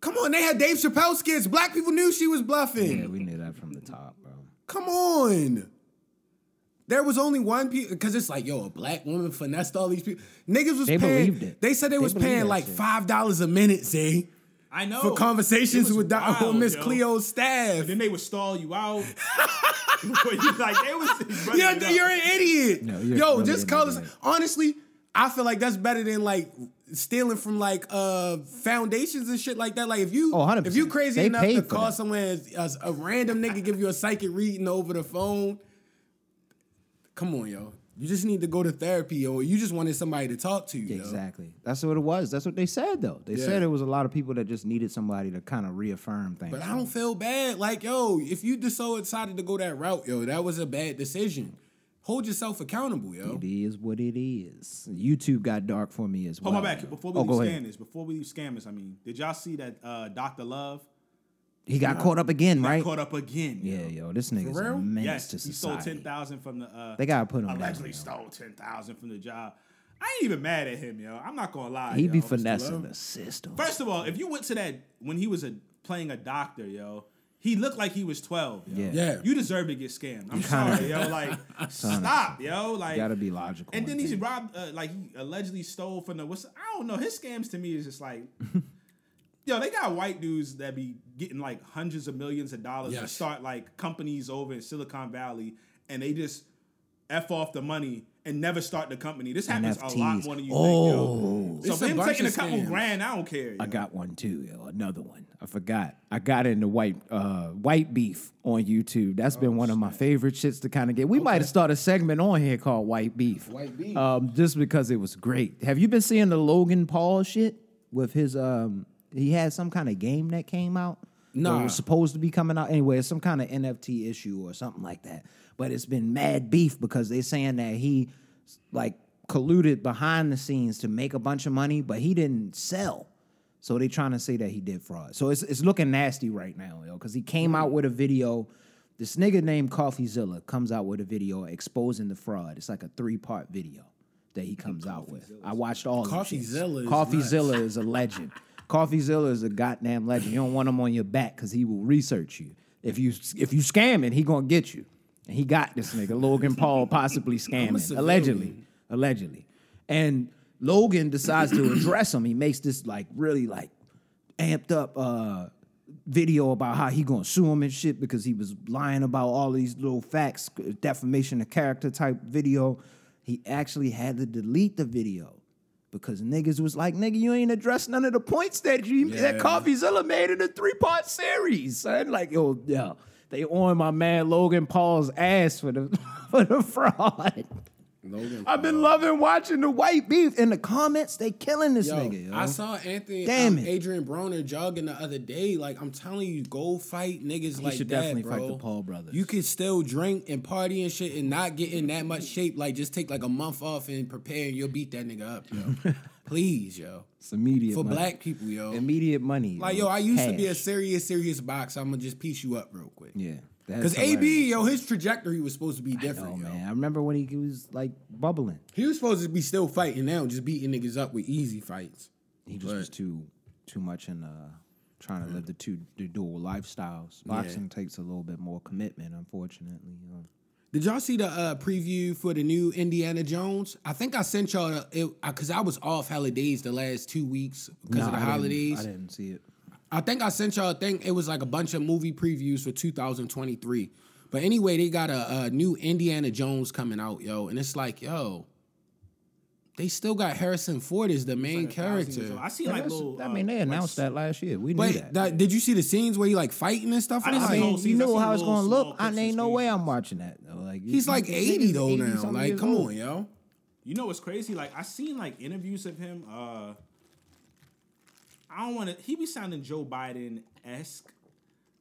Speaker 3: Come on, they had Dave Chappelle skits. Black people knew she was bluffing.
Speaker 5: Yeah, we knew that from the top, bro.
Speaker 3: Come on. There was only one people because it's like, yo, a black woman finessed all these people. Niggas was
Speaker 5: They
Speaker 3: paying.
Speaker 5: believed it.
Speaker 3: They said they,
Speaker 5: They
Speaker 3: was
Speaker 5: believed
Speaker 3: paying
Speaker 5: that
Speaker 3: like
Speaker 5: shit.
Speaker 3: five dollars a minute, see,
Speaker 6: I know.
Speaker 3: for
Speaker 6: Oh, It
Speaker 3: conversations
Speaker 6: was
Speaker 3: with Doc- with
Speaker 6: wild,
Speaker 3: Miss
Speaker 6: yo.
Speaker 3: Cleo's staff.
Speaker 6: And then they would stall you out. you like they was running
Speaker 3: You're,
Speaker 6: it up.
Speaker 3: you're an idiot.
Speaker 5: No, you're
Speaker 3: Yo,
Speaker 5: really
Speaker 3: just
Speaker 5: an
Speaker 3: call us.
Speaker 5: idiot.
Speaker 3: Honestly, I feel like that's better than like stealing from like uh foundations and shit like that. Like if you
Speaker 5: Oh, 100%.
Speaker 3: if you crazy
Speaker 5: They
Speaker 3: enough
Speaker 5: paid
Speaker 3: to
Speaker 5: for
Speaker 3: call
Speaker 5: that.
Speaker 3: someone as, as a random nigga give you a psychic reading over the phone, come on, yo. You just need to go to therapy, or you just wanted somebody to talk to. Yo.
Speaker 5: Exactly. That's what it was. That's what they said though. They
Speaker 3: Yeah.
Speaker 5: said it was a lot of people that just needed somebody to kind of reaffirm things.
Speaker 3: But I don't feel bad. Like, yo, if you just so excited to go that route, yo, that was a bad decision. Hold yourself accountable, yo.
Speaker 5: It is what it is. YouTube got dark for me as well.
Speaker 6: Hold my back before we
Speaker 5: oh,
Speaker 6: leave
Speaker 5: go
Speaker 6: scammers.
Speaker 5: ahead.
Speaker 6: Before we leave scammers, I mean, did y'all see that uh, Doctor Love
Speaker 5: He got caught up again,
Speaker 6: got
Speaker 5: right?
Speaker 6: caught up again? yo?
Speaker 5: Yeah, yo, this nigga's
Speaker 3: real?
Speaker 5: a menace
Speaker 6: Yes,
Speaker 5: to
Speaker 6: he stole
Speaker 5: society.
Speaker 6: ten thousand from the. Uh,
Speaker 5: They gotta put him down.
Speaker 6: allegedly
Speaker 5: yo.
Speaker 6: stole ten thousand from the job. I ain't even mad at him, yo. I'm not gonna lie.
Speaker 5: He
Speaker 6: yo.
Speaker 5: be
Speaker 6: Mr. Love.
Speaker 5: finessing the system.
Speaker 6: First of all, if you went to that when he was a playing a doctor, yo, he looked like he was twelve. Yo.
Speaker 5: Yeah.
Speaker 3: Yeah.
Speaker 6: You deserve to get scammed. I'm sorry, yo. Like, stop, yo. Like,
Speaker 5: gotta be logical.
Speaker 6: And
Speaker 5: I
Speaker 6: then he's
Speaker 5: think.
Speaker 6: robbed, uh, like he allegedly stole from the what's I don't know. His scams to me is just like, yo, they got white dudes that be getting like hundreds of millions of dollars to
Speaker 3: Yes.
Speaker 6: start like companies over in Silicon Valley, and they just f off the money and never start the company. This happens a lot
Speaker 5: NFTs.
Speaker 6: more than you
Speaker 5: Oh.
Speaker 6: think. Yo.
Speaker 3: It's
Speaker 6: So
Speaker 3: a
Speaker 6: him
Speaker 3: bunch
Speaker 6: taking a
Speaker 3: of
Speaker 6: couple
Speaker 3: scams.
Speaker 6: grand, I don't care.
Speaker 5: I
Speaker 6: yo.
Speaker 5: got one too, yo. Another one. I forgot. I got into white uh white beef on YouTube. That's been one of my favorite shits to kind of get. We might have started a segment on here called White Beef. White beef. Um, just because it was great. Have you been seeing the Logan Paul shit with his um he had some kind of game that came out? No.
Speaker 3: Nah.
Speaker 5: was supposed to be coming out anyway, it's some kind of NFT issue or something like that. But it's been mad beef because they're saying that he like colluded behind the scenes to make a bunch of money, but he didn't sell. So they trying to say that he did fraud. So it's it's looking nasty right now, yo, because he came out with a video. This nigga named CoffeeZilla comes out with a video exposing the fraud. It's like a three part video that he comes out with. I watched all. them shits.
Speaker 3: CoffeeZilla is
Speaker 5: CoffeeZilla is a legend. CoffeeZilla is a goddamn legend. You don't want him on your back because he will research you. If you if you scamming, he gonna get you. And he got this nigga Logan Paul possibly scamming
Speaker 3: civilian.
Speaker 5: allegedly allegedly. And Logan decides to address him. He makes this like really like amped up uh video about how he gonna sue him and shit because he was lying about all these little facts, defamation of character type video. He actually had to delete the video because niggas was like, nigga, you ain't addressed none of the points that you that
Speaker 3: Yeah.
Speaker 5: CoffeeZilla made in a three part series. Son. Like, yo, yeah, they on my man Logan Paul's ass for the for the fraud.
Speaker 3: Logan
Speaker 5: I've been loving watching the white beef in the comments. They killing this
Speaker 3: Yo,
Speaker 5: nigga. Yo.
Speaker 3: I saw Anthony,
Speaker 5: Damn
Speaker 3: um,
Speaker 5: it.
Speaker 3: Adrian Broner jogging the other day. Like I'm telling you, go fight niggas like
Speaker 5: should
Speaker 3: that,
Speaker 5: definitely
Speaker 3: bro.
Speaker 5: fight the Paul brothers.
Speaker 3: You can still drink and party and shit and not get in that much shape. Like just take like a month off and prepare, and you'll beat that nigga up, yo. Please, yo.
Speaker 5: it's immediate
Speaker 3: For
Speaker 5: money.
Speaker 3: black people, yo.
Speaker 5: immediate money.
Speaker 3: Like yo, I used to be a
Speaker 5: Cash.
Speaker 3: serious, serious boxer. I'm gonna just piece you up real quick.
Speaker 5: yeah. that's
Speaker 3: Cause
Speaker 5: hilarious.
Speaker 3: AB, yo, his trajectory was supposed to be
Speaker 5: Oh
Speaker 3: different, yo.
Speaker 5: man, I remember when he was like bubbling.
Speaker 3: He was supposed to be still fighting now, just beating niggas up with easy fights.
Speaker 5: He just was too too much in uh trying to live
Speaker 3: Mm-hmm.
Speaker 5: the two the dual lifestyles. Boxing takes a little bit more commitment, unfortunately. you know.
Speaker 3: Did y'all see the uh, preview for the new Indiana Jones? I think I sent y'all it because I was off holidays the last two weeks because
Speaker 5: No,
Speaker 3: of the
Speaker 5: I didn't-
Speaker 3: holidays.
Speaker 5: I didn't see it.
Speaker 3: I think I sent y'all a thing. It was like a bunch of movie previews for 2023. But anyway, they got a, a new Indiana Jones coming out, yo, and it's like, yo, they still got Harrison Ford as the main
Speaker 6: So
Speaker 3: character.
Speaker 6: I see
Speaker 5: Yeah,
Speaker 6: like
Speaker 5: that's-
Speaker 6: little. uh,
Speaker 5: I mean, they announced that last year. We knew
Speaker 3: Wait,
Speaker 5: that.
Speaker 3: uh, that, did you see the scenes where he like fighting and stuff?
Speaker 6: I
Speaker 3: I'm
Speaker 6: didn't
Speaker 5: I
Speaker 6: see
Speaker 3: like,
Speaker 6: the whole
Speaker 5: mean, you
Speaker 6: season. I
Speaker 5: know
Speaker 6: seen
Speaker 5: how it's
Speaker 6: little
Speaker 5: gonna
Speaker 6: small
Speaker 5: look. I
Speaker 6: clips
Speaker 5: ain't
Speaker 6: and
Speaker 5: no way
Speaker 6: screenshots.
Speaker 5: I'm watching that. Though. Like
Speaker 3: he's like 80 though now. Like, come on, yo.
Speaker 6: You know what's crazy? Like I seen like interviews of him. Uh, I don't want to. He be sounding Joe Biden esque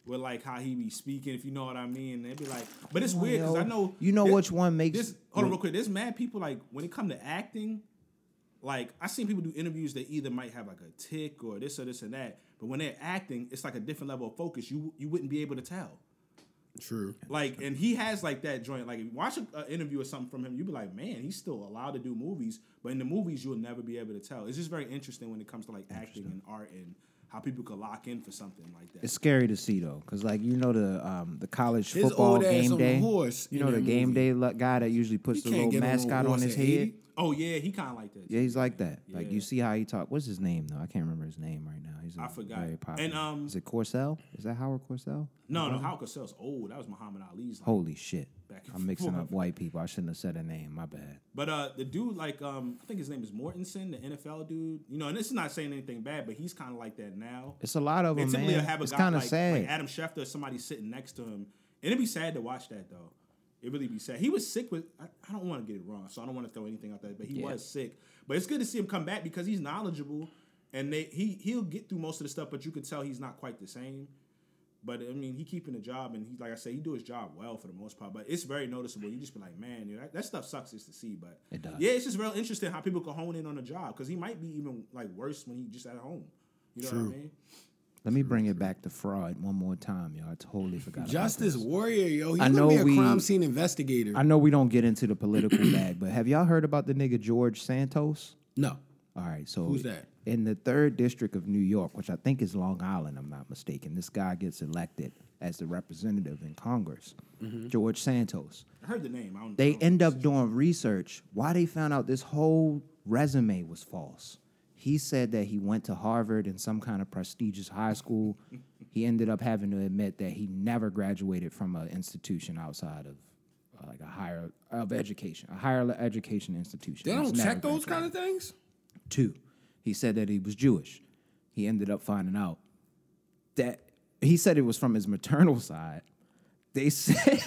Speaker 6: with like how he be speaking, if you know what I mean. They'd be like, but it's weird because I know
Speaker 5: You know
Speaker 6: thi-
Speaker 5: which one makes-
Speaker 6: this. Hold on, real quick. There's mad people like when it come to acting. Like I seen people do interviews that either might have like a tick or this or this and that, but when they're acting, it's like a different level of focus. You you wouldn't be able to tell.
Speaker 3: True.
Speaker 6: Like, and he has like that joint. Like, if you watch an interview or something from him, you'd be like, man, he's still allowed to do movies, but in the movies, you'll never be able to tell. It's just very interesting when it comes to like acting and art and how people could lock in for something like that.
Speaker 5: It's scary to see though, because like you know the um, the college
Speaker 3: His
Speaker 5: football
Speaker 3: old ass
Speaker 5: game
Speaker 3: on the
Speaker 5: day.
Speaker 3: horse
Speaker 5: you
Speaker 3: in
Speaker 5: know the
Speaker 3: that
Speaker 5: game
Speaker 3: movie.
Speaker 5: day lo- guy that usually puts
Speaker 3: He
Speaker 5: the
Speaker 3: can't
Speaker 5: little
Speaker 3: get on no
Speaker 5: mascot on
Speaker 3: horse
Speaker 5: his
Speaker 3: at
Speaker 5: head.
Speaker 3: 80.
Speaker 6: oh yeah, he kind of like that.
Speaker 5: Yeah, he's like that. Like
Speaker 6: Yeah.
Speaker 5: you see how he talk. What's his name though? I can't remember his name right now. He's
Speaker 6: I
Speaker 5: a
Speaker 6: forgot.
Speaker 5: Very
Speaker 6: And,
Speaker 5: popular.
Speaker 6: um,
Speaker 5: is it Corsell? Is that Howard Corsell?
Speaker 6: No, no, Hal Cosell's old. That was Muhammad Ali's. Like,
Speaker 5: Holy shit!
Speaker 6: Back and
Speaker 5: I'm mixing
Speaker 6: forth.
Speaker 5: up white people. I shouldn't have said a name. My bad.
Speaker 6: But uh, the dude, like, um, I think his name is Mortensen, the NFL dude. You know, and this is not saying anything bad, but he's kind of like that now.
Speaker 5: It's a lot of
Speaker 6: And
Speaker 5: them,
Speaker 6: typically
Speaker 5: man.
Speaker 6: they'll have a
Speaker 5: it's
Speaker 6: guy
Speaker 5: kind of
Speaker 6: like,
Speaker 5: sad.
Speaker 6: like Adam Schefter or somebody sitting next to him. And it'd be sad to watch that though. It really be sad. He was sick with I, I don't want to get it wrong, so I don't want to throw anything out there, but he
Speaker 5: Yeah.
Speaker 6: was sick. But it's good to see him come back because he's knowledgeable and they he he'll get through most of the stuff, but you could tell he's not quite the same. But I mean, he keeping the job, and he like I say, he do his job well for the most part. But it's very noticeable. You just be like, man, dude, that, that stuff sucks just to see. But
Speaker 5: It does.
Speaker 6: yeah, it's just real interesting how people can hone in on a job because he might be even like worse when he just at home. You know what I mean?
Speaker 5: Let me bring it back to fraud one more time, y'all. I totally forgot. about
Speaker 3: Justice
Speaker 5: this.
Speaker 3: Warrior, yo. He
Speaker 5: I
Speaker 3: gonna be
Speaker 5: know
Speaker 3: a
Speaker 5: we-
Speaker 3: crime scene investigator.
Speaker 5: I know we don't get into the political bag, but have y'all heard about the nigga George Santos?
Speaker 3: no.
Speaker 5: All right, so
Speaker 3: Who's that?
Speaker 5: In the third district of New York, which I think is Long Island, I'm not mistaken. This guy gets elected as the representative in Congress,
Speaker 3: Mm-hmm.
Speaker 5: George Santos.
Speaker 6: I heard the name. I don't. I
Speaker 5: They
Speaker 6: don't-
Speaker 5: end up doing research. Why they found out this whole resume was false? He said that he went to Harvard and some kind of prestigious high school. he ended up having to admit that he never graduated from an institution outside of uh, like a higher of education, a higher le- education institution.
Speaker 3: They
Speaker 5: He's
Speaker 3: don't
Speaker 5: never
Speaker 3: check those
Speaker 5: graduated.
Speaker 3: kind of things?
Speaker 5: Two, he said that he was Jewish. He ended up finding out that he said it was from his maternal side. They said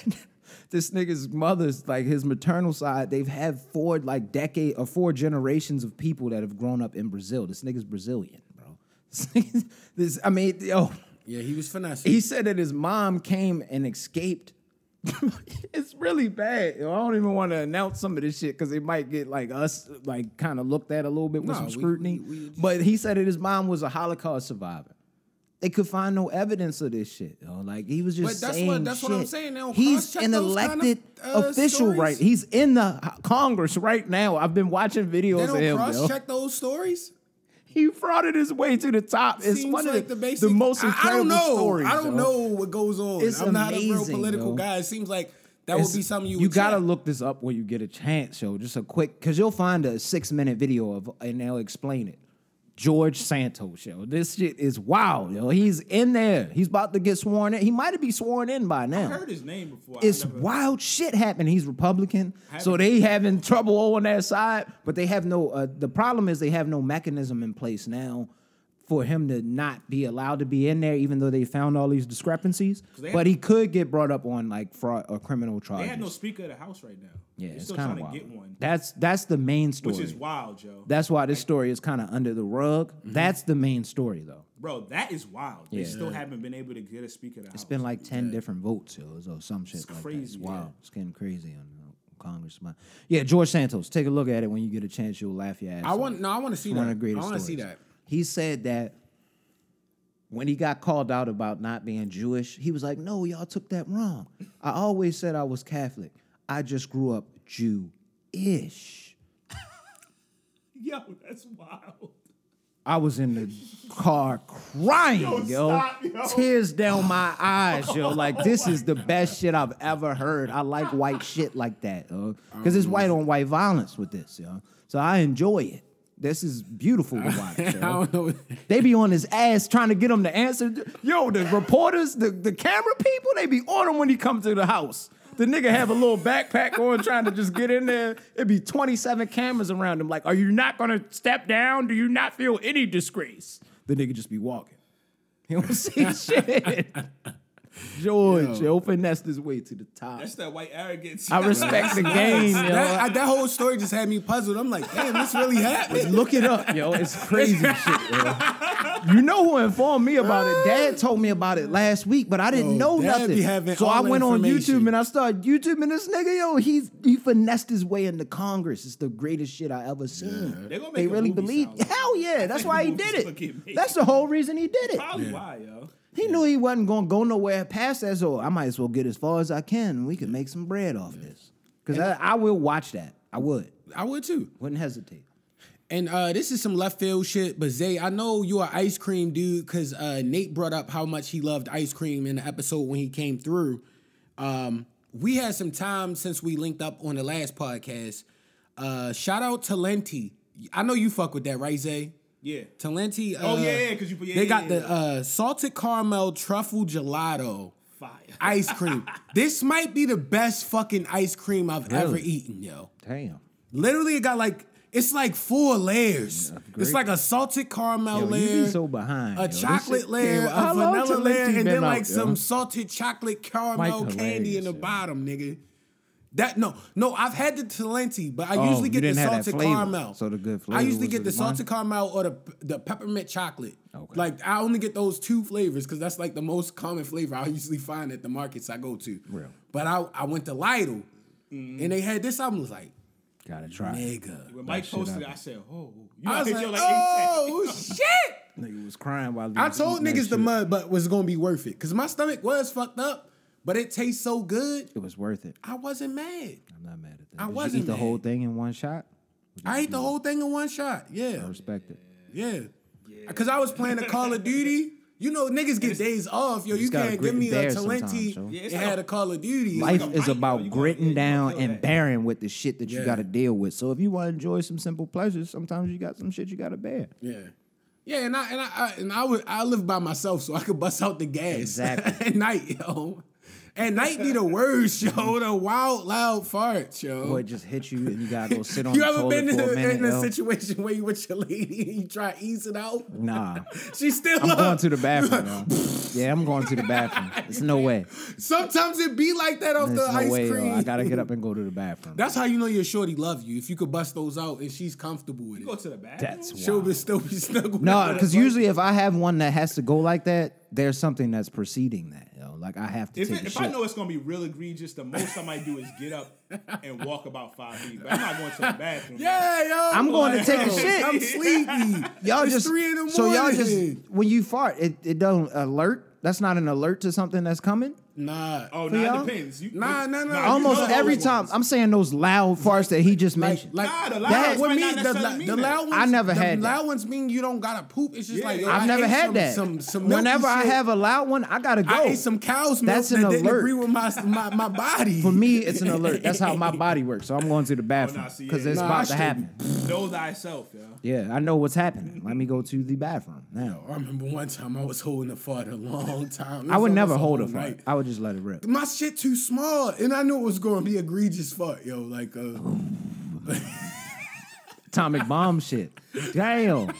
Speaker 5: this nigga's mother's like his maternal side. They've had four like decade or four generations of people that have grown up in Brazil. This nigga's Brazilian, bro. This, nigga's- this I mean, oh. yo,
Speaker 3: Yeah, he was finessing.
Speaker 5: he said that his mom came and escaped. it's really bad. yo. I don't even want to announce some of this shit because it might get like us like kind of looked at a little bit with
Speaker 3: No,
Speaker 5: some
Speaker 3: we-
Speaker 5: scrutiny.
Speaker 3: we- we-
Speaker 5: but he said that his mom was a Holocaust survivor. They could find no evidence of this shit. yo. Like he was just
Speaker 3: But that's
Speaker 5: saying
Speaker 3: what- that's
Speaker 5: shit.
Speaker 3: what I'm saying, they don't
Speaker 5: He's
Speaker 3: cross-check
Speaker 5: an
Speaker 3: those kind of,
Speaker 5: elected
Speaker 3: uh,
Speaker 5: official,
Speaker 3: stories.
Speaker 5: right? He's in the h- Congress right now. I've been watching videos
Speaker 3: They
Speaker 5: of him.
Speaker 3: don't
Speaker 5: yo.
Speaker 3: cross check those stories?
Speaker 5: He frauded his way to the top. It's
Speaker 3: Seems like
Speaker 5: one of the,
Speaker 3: the,
Speaker 5: the,
Speaker 3: basic,
Speaker 5: most
Speaker 3: I-
Speaker 5: incredible
Speaker 3: I don't know.
Speaker 5: stories.
Speaker 3: I don't
Speaker 5: yo.
Speaker 3: know what goes on.
Speaker 5: It's
Speaker 3: I'm not a real
Speaker 5: amazing,
Speaker 3: political
Speaker 5: yo.
Speaker 3: guy. It seems like that would
Speaker 5: It's-
Speaker 3: be something you
Speaker 5: you
Speaker 3: would
Speaker 5: gotta
Speaker 3: check.
Speaker 5: look this up when you get a chance, yo. Just a quick, cause you'll find a six minute video of, and they'll explain it. George Santos, yo, this shit is wild, yo. He's in there. He's about to get sworn in. He might be sworn in by
Speaker 6: I
Speaker 5: now.
Speaker 6: heard his name before. I
Speaker 5: it's
Speaker 6: never-
Speaker 5: wild shit happening. He's Republican, so
Speaker 6: Haven't-
Speaker 5: they having trouble on their side, but they have no. Uh, the problem is they have no mechanism in place now for him to not be allowed to be in there, even though they found all these discrepancies.
Speaker 6: they
Speaker 5: But
Speaker 6: had-
Speaker 5: he could get brought up on like fraud or criminal
Speaker 6: They
Speaker 5: charges.
Speaker 6: had no speaker of the house right now.
Speaker 5: yeah,
Speaker 6: They're
Speaker 5: it's
Speaker 6: still
Speaker 5: kind of
Speaker 6: trying to
Speaker 5: wild.
Speaker 6: get one,
Speaker 5: That's that's the main story.
Speaker 6: which is wild, Mm-hmm. Joe.
Speaker 5: That's why this story is kind of under the rug. That's the main story though.
Speaker 6: Bro, that is wild. They
Speaker 5: Yeah.
Speaker 6: still haven't been able to get a speaker of the house.
Speaker 5: It's been like ten different votes yo, or some shit
Speaker 6: Oh,
Speaker 5: like
Speaker 6: It's
Speaker 5: that. It's
Speaker 6: crazy, yeah.
Speaker 5: wild. It's getting crazy on, on Congress. man. Yeah, George Santos. Take a look at it when you get a chance. You'll laugh your ass.
Speaker 3: I
Speaker 5: off.
Speaker 3: want no, I want to see
Speaker 5: It's one
Speaker 3: that.
Speaker 5: of the greatest
Speaker 3: I want to see
Speaker 5: stories.
Speaker 3: that.
Speaker 5: He said that when he got called out about not being Jewish, he was like, "No, y'all took that wrong. I always said I was Catholic. I just grew up Jew-ish."
Speaker 6: Yo, that's wild.
Speaker 5: I was in the car crying, yo,
Speaker 6: stop, yo.
Speaker 5: tears down my eyes, yo. Like this is the best shit I've ever heard. I like white shit like that, because it's white on white violence with this, yo. So I enjoy it. This is beautiful to
Speaker 3: I
Speaker 5: watch. yo.
Speaker 3: don't know.
Speaker 5: They be on his ass trying to get him to answer. Yo, the reporters, the, the camera people, they be on him when he come to the house. The nigga have a little backpack on trying to just get in there. It be 27 cameras around him. Like, are you not gonna step down? Do you not feel any disgrace? The nigga just be walking. He don't see shit. George, yo, finessed his way to the top.
Speaker 6: That's that white arrogance.
Speaker 5: I respect the game, yo.
Speaker 3: That, I- that whole story just had me puzzled. I'm like, damn, this really happened.
Speaker 5: Look it up, yo. It's crazy shit, yo. You know who informed me about it? Dad told me about it last week, but I didn't
Speaker 3: Yo,
Speaker 6: Oh,
Speaker 5: know
Speaker 3: Dad be
Speaker 5: nothing.
Speaker 3: having
Speaker 5: So I
Speaker 3: all the
Speaker 5: went on YouTube
Speaker 3: information.
Speaker 5: and I started YouTubing this nigga, yo. He's he finessed his way into Congress. It's the greatest shit I ever seen.
Speaker 6: They're gonna
Speaker 5: They
Speaker 6: make a
Speaker 5: really
Speaker 6: movie
Speaker 5: believe.
Speaker 6: sound like
Speaker 5: Hell yeah, that's
Speaker 6: Make
Speaker 5: why
Speaker 6: a
Speaker 5: he
Speaker 6: movie
Speaker 5: did
Speaker 6: fucking
Speaker 5: it.
Speaker 6: amazing.
Speaker 5: That's the whole reason he did it.
Speaker 6: Probably why, yo.
Speaker 5: He knew he wasn't going to go nowhere past that, so I might as well get as far as I can. We could make some bread off this because I, I will watch that. I would.
Speaker 3: I would too.
Speaker 5: Wouldn't hesitate.
Speaker 3: And uh, this is some left field shit, but Zay, I know you're an ice cream dude because uh, Nate brought up how much he loved ice cream in the episode when he came through. Um, we had some time since we linked up on the last podcast. Uh, shout out to Lenti. I know you fuck with that, right, Zay?
Speaker 6: Yeah.
Speaker 3: Talenti. Uh,
Speaker 6: Oh, yeah, yeah, 'cause you put- yeah,
Speaker 3: they
Speaker 6: yeah,
Speaker 3: got
Speaker 6: yeah,
Speaker 3: the
Speaker 6: yeah.
Speaker 3: uh, salted caramel truffle gelato
Speaker 6: Fire.
Speaker 3: ice cream. this might be the best fucking ice cream I've ever
Speaker 5: Really?
Speaker 3: eaten, yo.
Speaker 5: Damn.
Speaker 3: Literally, it got like it's like four layers.
Speaker 5: great.
Speaker 3: It's like a salted caramel
Speaker 5: Yo, you be
Speaker 3: layer,
Speaker 5: so behind,
Speaker 3: a
Speaker 5: yo. This
Speaker 3: chocolate
Speaker 5: shit-
Speaker 3: layer,
Speaker 5: Yeah, how
Speaker 3: a
Speaker 5: long
Speaker 3: vanilla
Speaker 5: till
Speaker 3: layer,
Speaker 5: Lenti
Speaker 3: and
Speaker 5: been
Speaker 3: then like
Speaker 5: out, yo?
Speaker 3: some salted chocolate caramel
Speaker 5: Mike
Speaker 3: candy in
Speaker 5: hilarious,
Speaker 3: the
Speaker 5: yo.
Speaker 3: bottom, nigga. That no, no. I've had the Talenti, but I
Speaker 5: Oh,
Speaker 3: usually
Speaker 5: you
Speaker 3: get the
Speaker 5: didn't have that
Speaker 3: salted
Speaker 5: flavor.
Speaker 3: caramel.
Speaker 5: So the good
Speaker 3: I
Speaker 5: flavor
Speaker 3: usually
Speaker 5: was
Speaker 3: get the
Speaker 5: with mine?
Speaker 3: salted caramel or the the peppermint chocolate.
Speaker 5: Okay.
Speaker 3: Like I only get those two flavors because that's like the most common flavor I usually find at the markets I go to.
Speaker 5: Real.
Speaker 3: But I I went to Lidl, and they had this. I was like,
Speaker 5: Gotta try. it.
Speaker 3: nigga.
Speaker 6: When Mike
Speaker 5: shit
Speaker 6: posted it,
Speaker 5: happened.
Speaker 6: I said, oh. You
Speaker 3: I was
Speaker 6: know,
Speaker 3: like,
Speaker 6: yo,
Speaker 3: oh shit!
Speaker 5: Nigga was crying while
Speaker 3: I told niggas the mud, but was gonna be worth it because my stomach was fucked up, but it tastes so good.
Speaker 5: It was worth it.
Speaker 3: I wasn't mad.
Speaker 5: I'm not mad at that.
Speaker 3: I
Speaker 5: Did
Speaker 3: wasn't
Speaker 5: you eat the whole
Speaker 3: mad.
Speaker 5: thing in one shot.
Speaker 3: I ate the whole thing in one shot.
Speaker 5: I
Speaker 3: Yeah,
Speaker 5: respect it.
Speaker 3: yeah. Because I was playing a Call of Duty. You know, niggas get days off. Yo, you
Speaker 5: just gotta
Speaker 3: can't
Speaker 5: grit
Speaker 3: give me
Speaker 5: and
Speaker 3: a
Speaker 5: bear sometimes,
Speaker 3: Talenti
Speaker 5: yo.
Speaker 3: and
Speaker 5: Yeah,
Speaker 6: it's like
Speaker 3: had
Speaker 6: a-
Speaker 3: a Call of Duty.
Speaker 5: Life
Speaker 6: a
Speaker 5: is
Speaker 6: bite,
Speaker 5: about
Speaker 6: yo. You gonna-
Speaker 5: gritting
Speaker 6: yeah, you gonna
Speaker 5: down
Speaker 6: feel
Speaker 5: and
Speaker 6: that.
Speaker 5: bearing with the shit that you
Speaker 3: Yeah.
Speaker 5: got to deal with. So if you want to enjoy some simple pleasures, sometimes you got some shit you got to bear.
Speaker 3: Yeah. Yeah, and I and I, I and I would I live by myself, so I could bust out the gas
Speaker 5: Exactly.
Speaker 3: at night, yo. At night be the worst, yo. The wild, loud farts, yo.
Speaker 5: Or it just hits you and you got to go sit on
Speaker 3: you
Speaker 5: the
Speaker 3: ever
Speaker 5: toilet
Speaker 3: been in
Speaker 5: for
Speaker 3: a,
Speaker 5: a minute.
Speaker 3: in a
Speaker 5: yo.
Speaker 3: situation where you with your lady and you try to ease it out?
Speaker 5: Nah,
Speaker 3: She still
Speaker 5: I'm
Speaker 3: up.
Speaker 5: going to the bathroom. yo. yeah, I'm going to the bathroom. It's no way.
Speaker 3: Sometimes it be like that off
Speaker 5: It's
Speaker 3: the
Speaker 5: no
Speaker 3: ice
Speaker 5: way. yo.
Speaker 3: cream.
Speaker 5: I gotta get up and go to the bathroom.
Speaker 3: That's how you know your shorty love you if you could bust those out and she's comfortable with
Speaker 6: You go
Speaker 3: it.
Speaker 6: to the bathroom.
Speaker 5: That's
Speaker 3: She'll
Speaker 5: wild.
Speaker 3: be still be snuggled.
Speaker 5: No,
Speaker 3: up.
Speaker 5: because usually if I have one that has to go like that, there's something that's preceding that. Yo. Like I have to
Speaker 6: If,
Speaker 5: take
Speaker 6: it,
Speaker 5: a
Speaker 6: if
Speaker 5: shit.
Speaker 6: I know it's gonna be real egregious, the most I might do is get up and walk about five feet. But I'm not going to the bathroom.
Speaker 3: yeah, yo.
Speaker 5: I'm going to take a
Speaker 3: yo,
Speaker 5: shit.
Speaker 3: I'm sleepy.
Speaker 5: y'all
Speaker 3: it's
Speaker 5: just
Speaker 3: three in the morning.
Speaker 5: so y'all just when you fart, it, it don't alert. That's not an alert to something that's coming.
Speaker 3: Nah.
Speaker 6: Oh,
Speaker 5: For
Speaker 6: no, nah,
Speaker 5: y'all?
Speaker 6: it depends. You,
Speaker 3: Nah, nah, nah.
Speaker 6: you
Speaker 5: Almost
Speaker 6: know
Speaker 5: every
Speaker 6: those
Speaker 5: time,
Speaker 6: ones.
Speaker 5: I'm saying those loud farts that he just
Speaker 3: Like,
Speaker 5: mentioned.
Speaker 3: like
Speaker 6: Nah, the
Speaker 5: That-
Speaker 6: loud
Speaker 3: that,
Speaker 5: ones
Speaker 3: what
Speaker 6: might not
Speaker 3: mean the,
Speaker 6: necessarily
Speaker 3: the
Speaker 6: mean
Speaker 3: loud
Speaker 6: that.
Speaker 3: ones.
Speaker 5: I never
Speaker 3: the
Speaker 5: had that.
Speaker 3: loud ones mean you don't gotta poop. It's just
Speaker 6: Yeah.
Speaker 3: like yo,
Speaker 6: I've
Speaker 5: I've
Speaker 3: I
Speaker 5: never
Speaker 3: ate
Speaker 5: had
Speaker 3: some,
Speaker 5: that.
Speaker 3: Some, some
Speaker 5: Whenever
Speaker 3: milky
Speaker 5: I
Speaker 3: shit.
Speaker 5: have a loud one, I gotta go.
Speaker 3: I ate some cow's milk
Speaker 5: That's
Speaker 3: that
Speaker 5: an
Speaker 3: didn't
Speaker 5: alert.
Speaker 3: agree with my my, my body.
Speaker 5: For me, it's an alert. That's how my body works. So I'm going to the bathroom
Speaker 6: Oh, nah, see,
Speaker 5: because
Speaker 6: yeah,
Speaker 5: it's
Speaker 3: yeah. Nah, I
Speaker 5: about to
Speaker 3: should-
Speaker 5: happen.
Speaker 6: Know thyself, yo.
Speaker 5: Yeah, I know what's happening. Let me go to the bathroom now.
Speaker 3: I remember one time I was holding a fart a long time.
Speaker 5: I would never hold a
Speaker 3: a
Speaker 5: fart. I would just let it rip.
Speaker 3: My shit too small, and I knew it was going to be egregious fart, yo. Like, uh,
Speaker 5: Atomic bomb shit. Damn.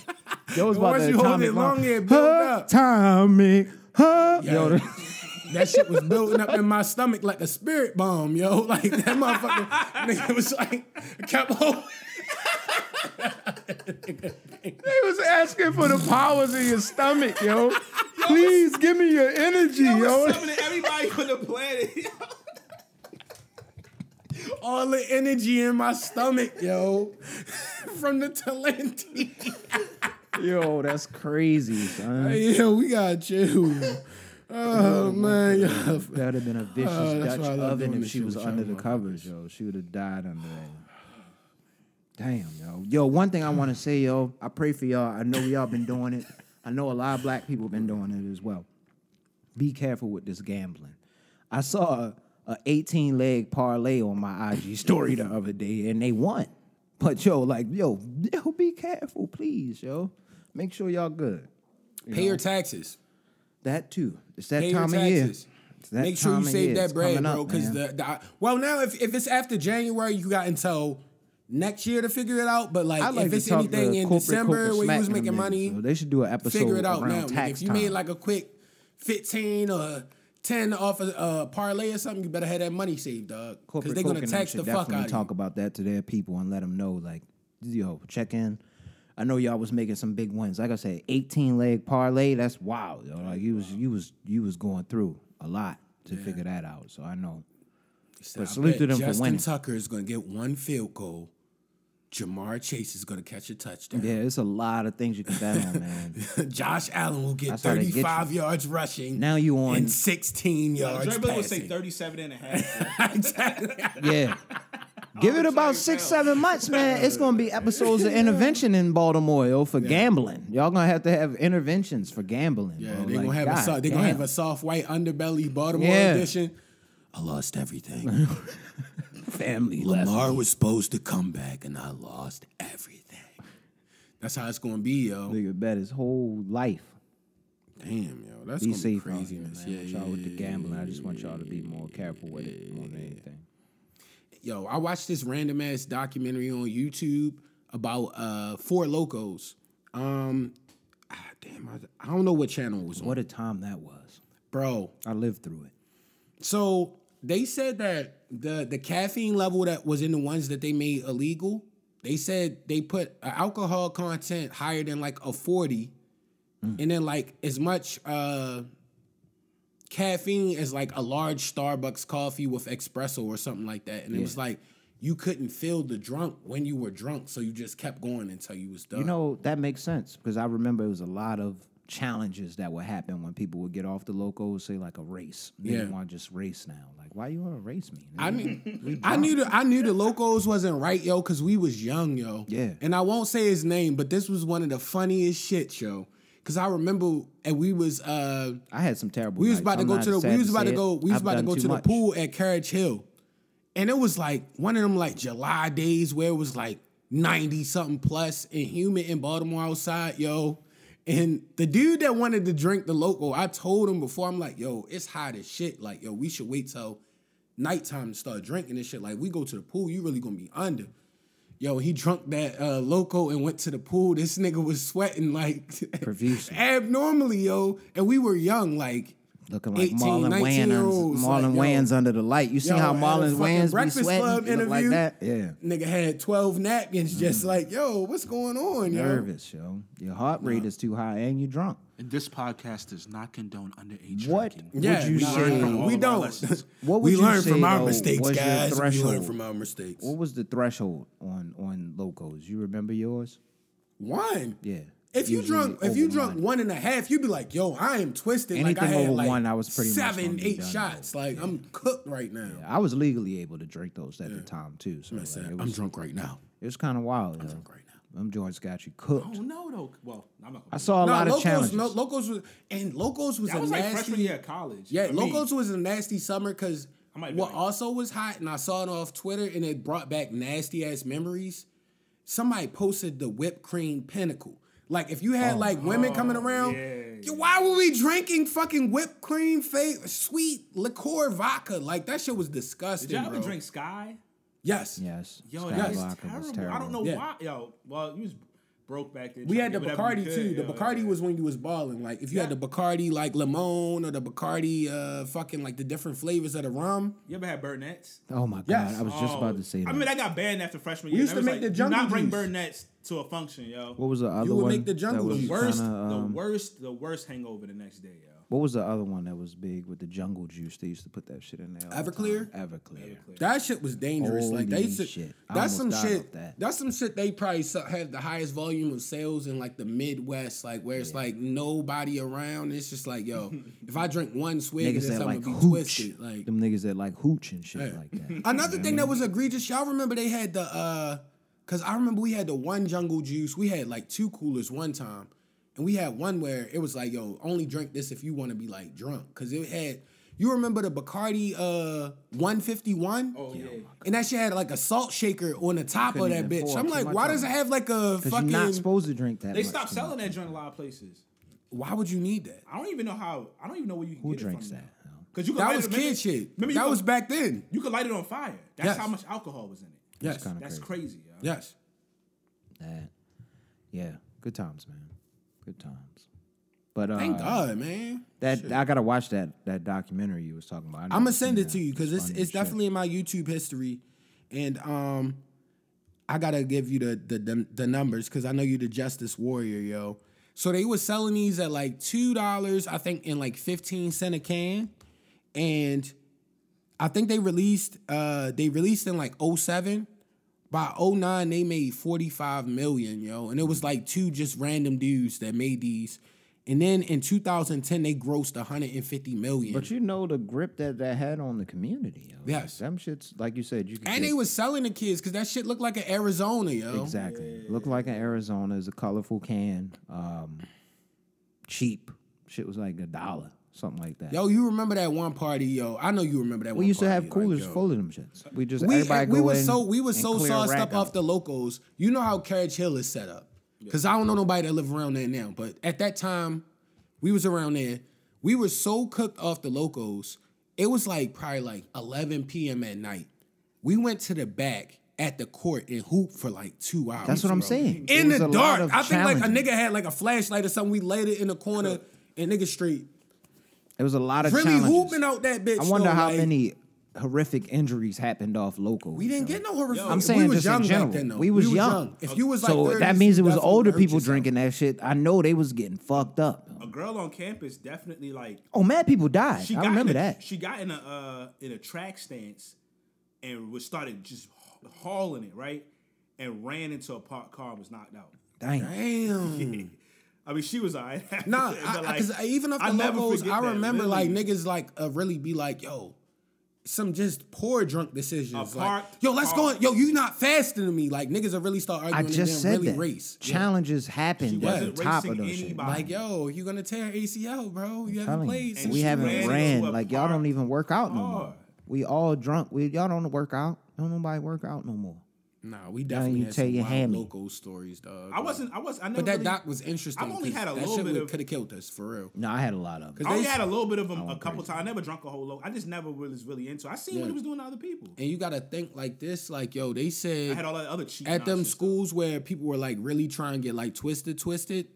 Speaker 5: Yo, was about
Speaker 3: Once
Speaker 5: to
Speaker 3: you hold
Speaker 5: atomic
Speaker 3: it
Speaker 5: bomb.
Speaker 3: long, it build up.
Speaker 5: Atomic. Huh? Yo,
Speaker 3: Yeah. that shit was building up in my stomach like a spirit bomb, yo. Like that motherfucker, nigga was like, I kept holding.
Speaker 5: They was asking for the powers in your stomach, yo. Please give me your energy, yo.
Speaker 6: Summoning everybody on the planet. yo.
Speaker 3: all the energy in my stomach, yo, from the Talenti.
Speaker 5: Yo, that's crazy, son.
Speaker 3: yeah, we got chill. Oh man, yo.
Speaker 5: That would have been a vicious
Speaker 3: Oh, that's
Speaker 5: Dutch
Speaker 3: why I love
Speaker 5: oven
Speaker 3: doing
Speaker 5: if
Speaker 3: this
Speaker 5: she
Speaker 3: shit
Speaker 5: was
Speaker 3: with y'all
Speaker 5: under the covers, yo. She would have died under that. Damn, yo. Yo, one thing I want to say, yo, I pray for y'all. I know y'all been doing it. I know a lot of black people been doing it as well. Be careful with this gambling. I saw a, a 18 leg parlay on my IG story the other day and they won. But yo, like, yo, yo, be careful, please, yo. Make sure y'all good.
Speaker 3: Pay your taxes.
Speaker 5: That too. It's that
Speaker 3: Pay your
Speaker 5: time of year.
Speaker 3: taxes.
Speaker 5: It's that
Speaker 3: Make sure
Speaker 5: time
Speaker 3: you
Speaker 5: of
Speaker 3: save
Speaker 5: year.
Speaker 3: that
Speaker 5: It's
Speaker 3: bread,
Speaker 5: coming up,
Speaker 3: bro. Because
Speaker 5: man.
Speaker 3: the, the well now if, if it's after January, you got until next year to figure it out. But like,
Speaker 5: I like
Speaker 3: if
Speaker 5: to
Speaker 3: it's
Speaker 5: talk
Speaker 3: anything
Speaker 5: to
Speaker 3: in
Speaker 5: corporate
Speaker 3: December
Speaker 5: Cooper
Speaker 3: where you
Speaker 5: smack
Speaker 3: was
Speaker 5: them
Speaker 3: making
Speaker 5: niggas,
Speaker 3: money,
Speaker 5: so they should do an episode
Speaker 3: figure it out
Speaker 5: around
Speaker 3: now. Like,
Speaker 5: tax
Speaker 3: if you
Speaker 5: time.
Speaker 3: made like a quick fifteen or ten off a uh, parlay or something, you better have that money saved, dog. Because
Speaker 5: corporate
Speaker 3: they're gonna
Speaker 5: Coke and them
Speaker 3: tax the
Speaker 5: should
Speaker 3: fuck
Speaker 5: definitely
Speaker 3: out of
Speaker 5: talk
Speaker 3: you.
Speaker 5: about that to their people and let them know like yo check in i know y'all was making some big wins like i said 18 leg parlay that's wild yo. like you was you was you was going through a lot to figure that out so i know but
Speaker 3: I
Speaker 5: salute
Speaker 3: bet
Speaker 5: to them
Speaker 3: Justin
Speaker 5: for winning
Speaker 3: Tucker is gonna get one field goal. Jamar Chase is gonna catch a touchdown.
Speaker 5: yeah it's a lot of things you can bet on man
Speaker 3: Josh Allen will get
Speaker 5: That's how they get you.
Speaker 3: 35 yards rushing.
Speaker 5: Now you on-
Speaker 3: and 16 yards
Speaker 6: Dre Bill would say
Speaker 3: Oh, passing.
Speaker 6: 37 and a half.
Speaker 5: yeah Give it about six, seven months, man. It's gonna be episodes of intervention in Baltimore, yo, for gambling. Y'all gonna have to have interventions for gambling.
Speaker 3: Yeah,
Speaker 5: bro.
Speaker 3: they're gonna
Speaker 5: Like,
Speaker 3: have a so-
Speaker 5: Oh God
Speaker 3: they gonna have
Speaker 5: damn.
Speaker 3: a soft white underbelly Baltimore
Speaker 5: Yeah.
Speaker 3: edition. I lost everything.
Speaker 5: family. left.
Speaker 3: Lamar was supposed to come back, and I lost everything. That's how it's gonna be, yo.
Speaker 5: Nigga bet his whole life.
Speaker 3: Damn, yo, that's
Speaker 5: Be
Speaker 3: gonna be
Speaker 5: safe out
Speaker 3: crazy.
Speaker 5: here, man.
Speaker 3: Yeah,
Speaker 5: With
Speaker 3: yeah,
Speaker 5: y'all with the
Speaker 3: yeah,
Speaker 5: gambling, I just want y'all to be more careful with it more than anything.
Speaker 3: yo, I watched this random ass documentary on YouTube about uh four locos. Um, ah, damn, I, I don't know what channel it was on,
Speaker 5: What a time that was.
Speaker 3: bro.
Speaker 5: I lived through it.
Speaker 3: So they said that the the caffeine level that was in the ones that they made illegal, they said they put a alcohol content higher than like a 40 and then like as much uh caffeine as like a large Starbucks coffee with espresso or something like that. And it was like you couldn't feel the drunk when you were drunk, so you just kept going until you was done.
Speaker 5: You know, that makes sense because I remember it was a lot of challenges that would happen when people would get off the loco, say like a race. They
Speaker 3: Yeah.
Speaker 5: want to just race now. Like, why you want to race me?
Speaker 3: I knew, I knew, the, I knew the locos wasn't right, yo, because we was young, yo.
Speaker 5: Yeah.
Speaker 3: And I won't say his name, but this was one of the funniest shit, yo. Because I remember, and we was, uh,
Speaker 5: I had some terrible.
Speaker 3: we was
Speaker 5: nights.
Speaker 3: about to
Speaker 5: I'm
Speaker 3: go
Speaker 5: not
Speaker 3: to the,
Speaker 5: sad
Speaker 3: we was
Speaker 5: to
Speaker 3: about
Speaker 5: say
Speaker 3: to
Speaker 5: it.
Speaker 3: go, we was
Speaker 5: I've
Speaker 3: about to
Speaker 5: done
Speaker 3: go
Speaker 5: too
Speaker 3: to the
Speaker 5: much.
Speaker 3: pool at Carriage Hill, and it was like one of them like July days where it was like ninety something plus and humid in Baltimore outside, yo. And the dude that wanted to drink the loco, I told him before, I'm like, yo, it's hot as shit. Like, yo, we should wait till nighttime to start drinking and shit. Like we go to the pool, you really gonna be under. Yo, he drunk that uh, loco and went to the pool. This nigga was sweating like
Speaker 5: Profusely.
Speaker 3: abnormally, yo. And we were young, like
Speaker 5: Looking like
Speaker 3: 18,
Speaker 5: Marlon
Speaker 3: 19 year
Speaker 5: Wayans,
Speaker 3: olds, like,
Speaker 5: Marlon
Speaker 3: yo.
Speaker 5: Wayans under the light. You see
Speaker 3: Yo,
Speaker 5: how
Speaker 3: at a fucking
Speaker 5: Marlon Wayans be
Speaker 3: Breakfast
Speaker 5: sweating
Speaker 3: Club
Speaker 5: He look like
Speaker 3: interview.
Speaker 5: that? Yeah.
Speaker 3: nigga had twelve napkins, just like yo, what's going on, yo?
Speaker 5: Mm. nervous, yo. Your heart rate is too high and you're drunk.
Speaker 2: And this podcast does not condone underage
Speaker 5: What
Speaker 2: drinking.
Speaker 5: would
Speaker 3: Yeah,
Speaker 5: you
Speaker 3: nah,
Speaker 5: say?
Speaker 3: nah, nah, we
Speaker 2: of our
Speaker 3: don't.
Speaker 2: lessons.
Speaker 5: What would
Speaker 3: we
Speaker 5: you
Speaker 3: learn
Speaker 5: say,
Speaker 3: from our
Speaker 5: though,
Speaker 3: mistakes,
Speaker 5: was your
Speaker 3: guys. We learn
Speaker 5: threshold?
Speaker 3: from our mistakes.
Speaker 5: What was the threshold on on locos? You remember yours?
Speaker 3: One.
Speaker 5: Yeah.
Speaker 3: If you
Speaker 5: Usually
Speaker 3: drunk, if you
Speaker 5: over
Speaker 3: drunk
Speaker 5: one.
Speaker 3: one and a half, you'd be like, "Yo, I am twisted." like I
Speaker 5: Anything
Speaker 3: had
Speaker 5: over
Speaker 3: like
Speaker 5: one, I was pretty much
Speaker 3: seven,
Speaker 5: gonna be
Speaker 3: eight
Speaker 5: done,
Speaker 3: shots. Like I'm cooked right now.
Speaker 5: I was legally able to drink those at the time too. So
Speaker 3: I said,
Speaker 5: like, it
Speaker 3: I'm
Speaker 5: was
Speaker 3: drunk right now.
Speaker 5: it was kind of wild. I'm
Speaker 3: drunk right
Speaker 5: now. I'm George Scott. You cooked.
Speaker 6: oh, no, though. Well, I'm not
Speaker 5: I
Speaker 6: gonna.
Speaker 5: saw a lot of
Speaker 3: locos,
Speaker 5: challenges.
Speaker 3: no, locos was and locos was
Speaker 6: That
Speaker 3: a
Speaker 6: was like
Speaker 3: nasty.
Speaker 6: freshman year of college.
Speaker 3: yeah,
Speaker 6: I mean,
Speaker 3: locos was a nasty summer because
Speaker 6: I might
Speaker 3: what
Speaker 6: be right.
Speaker 3: also was hot, and I saw it off Twitter, and it brought back nasty ass memories. Somebody posted the whipped cream pinnacle. Like if you had like
Speaker 6: Oh,
Speaker 3: women coming around, yo, why were we drinking fucking whipped cream, fake sweet liqueur vodka? Like that shit was disgusting.
Speaker 6: Did y'all ever
Speaker 3: bro.
Speaker 6: drink Sky?
Speaker 3: Yes.
Speaker 5: yes.
Speaker 6: Yo,
Speaker 5: Scott
Speaker 6: that was
Speaker 5: Blocker
Speaker 6: terrible.
Speaker 5: was
Speaker 6: I don't know
Speaker 3: Yeah.
Speaker 6: why. Yo, well, you was broke back then.
Speaker 3: We had
Speaker 6: trying to
Speaker 3: the
Speaker 6: get whatever
Speaker 3: Bacardi
Speaker 6: you
Speaker 3: too.
Speaker 6: could,
Speaker 3: The
Speaker 6: yo.
Speaker 3: Bacardi was when you was balling. Like if you had
Speaker 6: Yeah.
Speaker 3: the Bacardi like lemon or the Bacardi uh fucking like the different flavors of the rum.
Speaker 6: You ever had Burnett's?
Speaker 5: Oh my god!
Speaker 3: Yes.
Speaker 5: I was just about
Speaker 6: Oh,
Speaker 5: to say that.
Speaker 6: I mean, I got banned after freshman
Speaker 3: We
Speaker 6: year.
Speaker 3: used
Speaker 6: and
Speaker 3: to
Speaker 6: I
Speaker 3: make
Speaker 6: was
Speaker 3: the
Speaker 6: like, do
Speaker 3: jungle
Speaker 6: not bring
Speaker 3: juice.
Speaker 6: Burnett's to a function, yo.
Speaker 5: what was the other
Speaker 3: would
Speaker 5: one?
Speaker 3: make the
Speaker 5: that
Speaker 3: jungle
Speaker 5: was
Speaker 3: the
Speaker 6: worst,
Speaker 5: kinda, um,
Speaker 6: the worst, the worst hangover the next day, yo.
Speaker 5: What was the other one that was big with the jungle juice? They used to put that shit in there. all the
Speaker 3: Everclear?
Speaker 5: time. Everclear.
Speaker 3: That shit was dangerous. like they
Speaker 5: Holy
Speaker 3: said,
Speaker 5: shit. I
Speaker 3: that's
Speaker 5: almost
Speaker 3: some
Speaker 5: died
Speaker 3: shit.
Speaker 5: off that.
Speaker 3: That's some shit. They probably su- have the highest volume of sales in like the Midwest, like where it's like nobody around. It's just like yo, if I drink one swig,
Speaker 5: Niggas
Speaker 3: of this,
Speaker 5: that
Speaker 3: I'm
Speaker 5: like
Speaker 3: gonna be
Speaker 5: hooch.
Speaker 3: twisted. Like
Speaker 5: Them niggas that like hooch and shit like that.
Speaker 3: Another thing that was egregious, y'all remember they had the uh Cause I remember we had the one jungle juice. We had like two coolers one time, and we had one where it was like, yo, only drink this if you want to be like drunk. Cause it had, you remember the Bacardi uh 151?
Speaker 6: Oh yeah.
Speaker 3: And that shit had like a salt shaker on the top of
Speaker 5: Couldn't
Speaker 3: that
Speaker 5: even
Speaker 3: bitch.
Speaker 5: pour
Speaker 3: I'm
Speaker 5: too
Speaker 3: like,
Speaker 5: much
Speaker 3: why
Speaker 5: of
Speaker 3: does
Speaker 5: it.
Speaker 3: it have like a
Speaker 5: Because you're not
Speaker 3: fucking?
Speaker 5: supposed to drink that.
Speaker 6: They
Speaker 5: much
Speaker 6: stopped
Speaker 5: too
Speaker 6: selling
Speaker 5: much.
Speaker 6: that joint in a lot of places.
Speaker 3: Why would you need that?
Speaker 6: I don't even know how. I don't even know where you can
Speaker 5: Who
Speaker 6: get
Speaker 5: drinks
Speaker 6: it from
Speaker 5: that?
Speaker 6: now. Cause you could
Speaker 3: That
Speaker 6: light
Speaker 3: was
Speaker 6: it- remember-
Speaker 3: kid shit.
Speaker 6: Remember you
Speaker 3: That
Speaker 6: could-
Speaker 3: was back then.
Speaker 6: You could light it on fire. That's
Speaker 3: Yes.
Speaker 6: how much alcohol was in it.
Speaker 3: Yes.
Speaker 5: It's kind of
Speaker 6: That's
Speaker 5: crazy.
Speaker 6: crazy. yo.
Speaker 3: Yes.
Speaker 5: That. Yeah. Good times, man. Good times. But uh,
Speaker 3: Thank God, man.
Speaker 5: that I gotta watch that that documentary you was talking about.
Speaker 3: I'm gonna send it to you because it's it's definitely in my YouTube history, and um, I gotta give you the the the, the numbers because I know you the Justice Warrior, yo. So they were selling these at like two dollars, I think, in like fifteen cent a can, and I think they released uh they released in like 07. By 09, they made 45 million, yo. And it was like two just random dudes that made these. And then in 2010, they grossed 150 million.
Speaker 5: But you know the grip that that had on the community. yo. Like,
Speaker 3: Yes.
Speaker 5: them shits like you said. You could
Speaker 3: And
Speaker 5: get-
Speaker 3: they was selling the kids because that shit looked like an Arizona, yo.
Speaker 5: exactly looked like an Arizona. It's a colorful can, um, cheap. Shit was like a dollar, something like that.
Speaker 3: Yo, you remember that one party, yo? I know you remember that.
Speaker 5: we
Speaker 3: one
Speaker 5: used to
Speaker 3: party,
Speaker 5: have coolers
Speaker 3: like, yo.
Speaker 5: full of them shits. We just
Speaker 3: We
Speaker 5: everybody
Speaker 3: we
Speaker 5: go
Speaker 3: were
Speaker 5: in
Speaker 3: so we were
Speaker 5: and
Speaker 3: so
Speaker 5: clear a
Speaker 3: sauced
Speaker 5: rack
Speaker 3: up off
Speaker 5: out.
Speaker 3: the locals. You know how Carriage Hill is set up. Cause I don't know nobody that live around there now, but at that time, we was around there. We were so cooked off the locals. It was like probably like 11 p.m. at night. We went to the back at the court and hooped for like two hours.
Speaker 5: That's what I'm
Speaker 3: bro.
Speaker 5: saying. It
Speaker 3: in
Speaker 5: was
Speaker 3: the
Speaker 5: a lot
Speaker 3: dark.
Speaker 5: of
Speaker 3: I think like a
Speaker 5: challenges.
Speaker 3: nigga had like a flashlight or something. We laid it in the corner and nigga straight
Speaker 5: It was a lot of
Speaker 3: really
Speaker 5: challenges.
Speaker 3: hooping out that bitch.
Speaker 5: I wonder
Speaker 3: though,
Speaker 5: how
Speaker 3: like,
Speaker 5: many horrific injuries happened off local.
Speaker 3: We didn't get no horrific.
Speaker 5: I'm saying
Speaker 3: we was
Speaker 5: just
Speaker 3: young
Speaker 5: in general.
Speaker 3: back then, though.
Speaker 5: We was young.
Speaker 3: If you was like,
Speaker 5: so
Speaker 3: 30,
Speaker 5: that
Speaker 3: you
Speaker 5: means it was
Speaker 3: definitely
Speaker 5: older
Speaker 3: hurt
Speaker 5: people
Speaker 3: yourself.
Speaker 5: drinking that shit. I know they was getting fucked up.
Speaker 6: A girl on campus definitely like
Speaker 5: Oh, mad people died.
Speaker 6: she
Speaker 5: I
Speaker 6: got
Speaker 5: remember
Speaker 6: in a,
Speaker 5: that.
Speaker 6: She got in a uh, in a track stance and was started just ha- hauling it right and ran into a parked car and was knocked out.
Speaker 5: Dang.
Speaker 3: Damn.
Speaker 6: I mean, she was alright.
Speaker 3: Nah,
Speaker 6: But, like,
Speaker 3: because even off
Speaker 6: I
Speaker 3: the
Speaker 6: never
Speaker 3: locals,
Speaker 6: forget
Speaker 3: I
Speaker 6: that,
Speaker 3: remember like
Speaker 6: literally.
Speaker 3: niggas like uh, really be like, yo, some just poor drunk decisions.
Speaker 6: A
Speaker 3: Like,
Speaker 6: parked
Speaker 3: yo, let's go.
Speaker 6: car.
Speaker 3: in- Yo, you not faster than me. Like niggas will really start
Speaker 5: I
Speaker 3: arguing and
Speaker 5: just
Speaker 3: then
Speaker 5: said
Speaker 3: really
Speaker 5: that.
Speaker 3: race. Yeah.
Speaker 5: Challenges
Speaker 6: She
Speaker 5: happened at the
Speaker 6: wasn't
Speaker 5: top of
Speaker 6: racing
Speaker 5: those shit.
Speaker 6: anybody.
Speaker 5: Like,
Speaker 3: Like yo, you gonna tear ACL, bro? You haven't
Speaker 5: telling you,
Speaker 3: played.
Speaker 6: And
Speaker 3: since
Speaker 5: we
Speaker 3: you
Speaker 5: haven't
Speaker 3: ran.
Speaker 5: ran.
Speaker 6: into a
Speaker 5: Like y'all don't
Speaker 6: parked
Speaker 5: even work out no more.
Speaker 6: car.
Speaker 5: We all drunk. We y'all don't work out. Don't nobody work out no more.
Speaker 3: Nah, we definitely
Speaker 5: you
Speaker 3: had
Speaker 5: tell
Speaker 3: some
Speaker 5: your
Speaker 3: wild
Speaker 5: hammy.
Speaker 3: local stories, dog.
Speaker 6: I wasn't. I was. I never.
Speaker 3: But that
Speaker 6: really,
Speaker 3: doc was interesting.
Speaker 6: I've only had a little bit of-
Speaker 3: could have killed us for real.
Speaker 5: No, I had a lot of. it.
Speaker 6: I
Speaker 3: they-
Speaker 6: only had a little bit of them a couple times. I never drunk a whole lot. I just never was really into. it. I seen what
Speaker 3: Yeah.
Speaker 6: he was doing to other people.
Speaker 3: And you gotta think like this, like yo, they
Speaker 6: I
Speaker 3: said
Speaker 6: had all that other cheap.
Speaker 3: at them
Speaker 6: nonsense.
Speaker 3: schools where people were like really trying to get like twisted, twisted.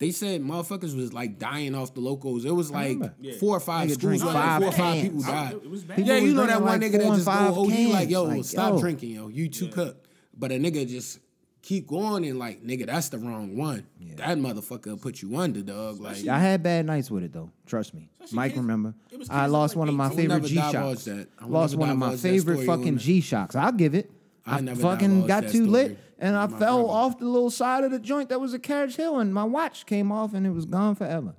Speaker 3: They said motherfuckers was like dying off the locals. It was like
Speaker 6: Yeah.
Speaker 3: four or five
Speaker 5: Nigga
Speaker 3: schools,
Speaker 5: drink
Speaker 3: where, like,
Speaker 5: five
Speaker 3: four or five
Speaker 5: cans.
Speaker 3: people
Speaker 5: I-
Speaker 3: died.
Speaker 6: it was bad.
Speaker 3: yeah,
Speaker 5: People
Speaker 3: you
Speaker 5: was
Speaker 3: know that one
Speaker 5: drinking, like,
Speaker 3: nigga that
Speaker 5: four and
Speaker 3: just go
Speaker 5: five
Speaker 3: OD like
Speaker 5: cans.
Speaker 3: yo,
Speaker 5: Like,
Speaker 3: stop
Speaker 5: yo.
Speaker 3: drinking, yo, you too cooked. But a nigga just keep going and like nigga, that's the wrong one. That motherfucker will put you under, dog. Like
Speaker 5: I had bad nights with it though. Trust me. Mike,
Speaker 6: kids-
Speaker 5: remember?
Speaker 6: it was
Speaker 5: I
Speaker 6: kids
Speaker 5: lost
Speaker 6: like
Speaker 5: one of my
Speaker 6: 18.
Speaker 5: favorite
Speaker 3: Never
Speaker 5: G
Speaker 3: divulge
Speaker 5: shocks.
Speaker 3: that. I will
Speaker 5: Lost
Speaker 3: never
Speaker 5: one of my
Speaker 3: divulge that
Speaker 5: favorite
Speaker 3: story,
Speaker 5: fucking
Speaker 3: wouldn't I?
Speaker 5: G shocks. I'll give it.
Speaker 3: I
Speaker 5: I,
Speaker 3: never
Speaker 5: fucking
Speaker 3: divulged
Speaker 5: got
Speaker 3: that
Speaker 5: too lit
Speaker 3: story.
Speaker 5: and I
Speaker 3: My
Speaker 5: fell
Speaker 3: brother.
Speaker 5: off the little side of the joint that was a carriage hill and my watch came off and it was gone forever.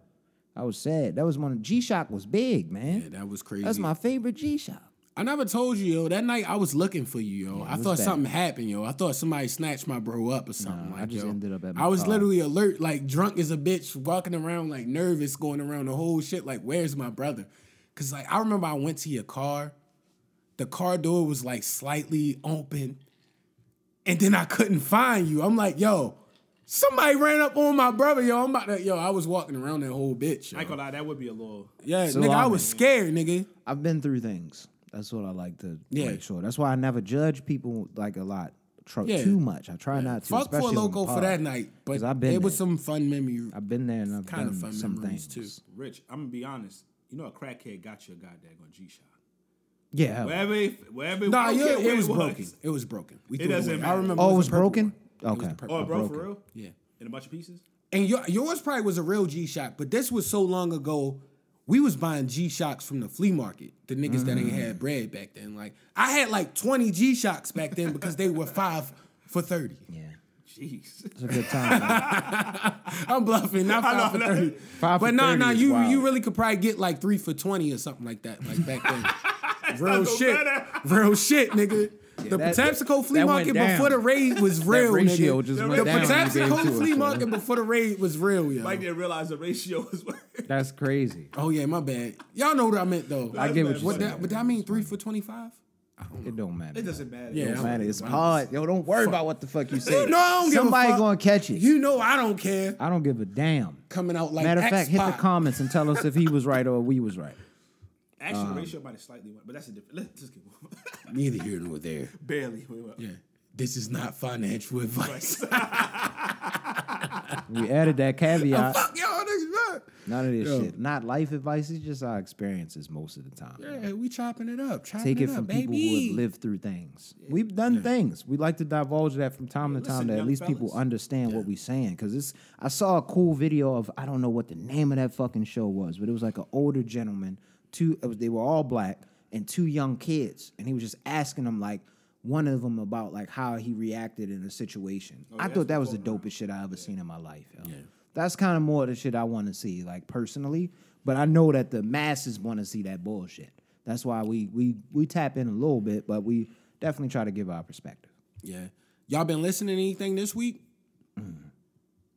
Speaker 5: I was sad. That was one G Shock was big, man.
Speaker 3: yeah, that was crazy.
Speaker 5: That's my favorite G Shock.
Speaker 3: I never told you, yo. That night I was looking for you, yo. I
Speaker 5: was
Speaker 3: thought
Speaker 5: bad.
Speaker 3: something happened, yo. I thought somebody snatched my bro up or something.
Speaker 5: Nah, I
Speaker 3: like,
Speaker 5: just
Speaker 3: yo.
Speaker 5: ended up at my
Speaker 3: I was
Speaker 5: car.
Speaker 3: literally alert, like drunk as a bitch, walking around like nervous, going around the whole shit. Like, where's my brother? Cause like I remember I went to your car, the car door was like slightly open, and then I couldn't find you. I'm like, yo, somebody ran up on my brother, yo. I'm about to, yo. I was walking around that whole bitch.
Speaker 6: I ain't
Speaker 3: Yo.
Speaker 6: gonna lie, that would be a little.
Speaker 3: Yeah,
Speaker 5: So
Speaker 3: nigga, I
Speaker 5: long,
Speaker 3: was
Speaker 5: man.
Speaker 3: scared, nigga.
Speaker 5: I've been through things. That's what I like to
Speaker 3: Yeah.
Speaker 5: make sure. That's why I never judge people like a lot tr-
Speaker 3: Yeah.
Speaker 5: too much. I try not to.
Speaker 3: Fuck for
Speaker 5: especially on the
Speaker 3: loco for
Speaker 5: pod.
Speaker 3: that night,
Speaker 5: 'Cause
Speaker 3: but
Speaker 5: I've been
Speaker 3: it was
Speaker 5: there.
Speaker 3: some fun memory.
Speaker 5: I've been there and I've
Speaker 3: Kind
Speaker 5: done
Speaker 3: of fun
Speaker 5: some
Speaker 3: memories
Speaker 5: things
Speaker 3: too.
Speaker 6: Rich, I'm gonna be honest. You know, a crackhead got your goddamn on G shot.
Speaker 5: Yeah.
Speaker 6: Wherever, it- wherever.
Speaker 3: Nah,
Speaker 6: I don't
Speaker 3: yeah,
Speaker 6: care where
Speaker 3: it was broken. It was broken. We
Speaker 6: It
Speaker 3: threw
Speaker 6: doesn't
Speaker 3: away. I
Speaker 6: matter.
Speaker 3: remember.
Speaker 5: Oh,
Speaker 3: a
Speaker 5: it was
Speaker 3: purple
Speaker 5: broken?
Speaker 3: one. It was
Speaker 5: Okay.
Speaker 3: a purple
Speaker 6: Oh,
Speaker 3: one.
Speaker 6: bro, for
Speaker 5: broken.
Speaker 6: real?
Speaker 3: Yeah.
Speaker 6: In a bunch of pieces.
Speaker 3: And your, yours probably was a real G Shock, but this was so long ago. We was buying G Shocks from the flea market. The niggas that ain't
Speaker 5: Mm.
Speaker 3: had bread back then. Like I had like twenty G Shocks back then because they were five for thirty.
Speaker 5: Yeah.
Speaker 6: Jeez.
Speaker 5: It's a good time. man.
Speaker 3: I'm bluffing. Not five for thirty.
Speaker 5: Five for
Speaker 3: but no,
Speaker 5: 30
Speaker 3: no,
Speaker 5: is
Speaker 3: you
Speaker 5: wild.
Speaker 3: you really could probably get like three for twenty or something like that. Like back then. real
Speaker 6: no
Speaker 3: shit.
Speaker 6: better.
Speaker 3: Real shit, nigga. The
Speaker 5: That-
Speaker 3: Patapsco flea
Speaker 5: that went
Speaker 3: market
Speaker 5: down.
Speaker 3: before the raid was real,
Speaker 5: ratio
Speaker 3: nigga.
Speaker 5: just
Speaker 3: the
Speaker 5: went down when you gave to
Speaker 3: Patapsco
Speaker 5: it,
Speaker 3: flea
Speaker 5: so.
Speaker 3: market before the raid was real, yo.
Speaker 6: Mike didn't realize the ratio was worth.
Speaker 5: That's crazy.
Speaker 3: Oh yeah, my bad. Y'all know what I meant though.
Speaker 5: I get what you
Speaker 3: What
Speaker 5: said.
Speaker 3: that? But that mean three for twenty five?
Speaker 5: It don't matter.
Speaker 6: It doesn't matter.
Speaker 3: Yeah.
Speaker 5: don't matter. It's hard. Yo, don't worry about what the fuck you say.
Speaker 3: You know I don't give a
Speaker 5: Somebody
Speaker 3: fuck.
Speaker 5: gonna catch it.
Speaker 3: You know I don't care.
Speaker 5: I don't give a damn.
Speaker 3: Coming out like
Speaker 5: Matter of fact, hit the
Speaker 3: X-Pac.
Speaker 5: comments and tell us if he was right or we was right.
Speaker 6: Actually,
Speaker 3: um,
Speaker 6: the ratio might have slightly went, but that's a different. Let's just get
Speaker 3: Neither here nor there.
Speaker 6: Barely. We went.
Speaker 3: Yeah. This is not financial advice.
Speaker 5: We added that caveat.
Speaker 3: Fuck y'all niggas, man.
Speaker 5: None of this
Speaker 3: Yo.
Speaker 5: shit. Not life advice. It's just our experiences most of the time.
Speaker 3: Yeah, we chopping it up. Chopping
Speaker 5: Take it
Speaker 3: up,
Speaker 5: from
Speaker 3: baby.
Speaker 5: people who have lived through things. We've done things. We like to divulge that from time to
Speaker 6: listen,
Speaker 5: time that at
Speaker 6: young
Speaker 5: least people
Speaker 6: fellas.
Speaker 5: understand what we're saying. Because it's, I saw a cool video of I don't know what the name of that fucking show was, but it was like an older gentleman. Two, it was- they were all black and two young kids, and he was just asking them like one of them about like how he reacted in a situation.
Speaker 6: Oh,
Speaker 5: I thought that was the dopest shit I ever seen in my life. yo. That's kind of more the shit I want to see, like personally. But I know that the masses want to see that bullshit. That's why we we we tap in a little bit, but we definitely try to give our perspective.
Speaker 3: Yeah. Y'all been listening to anything this week?
Speaker 6: Uh,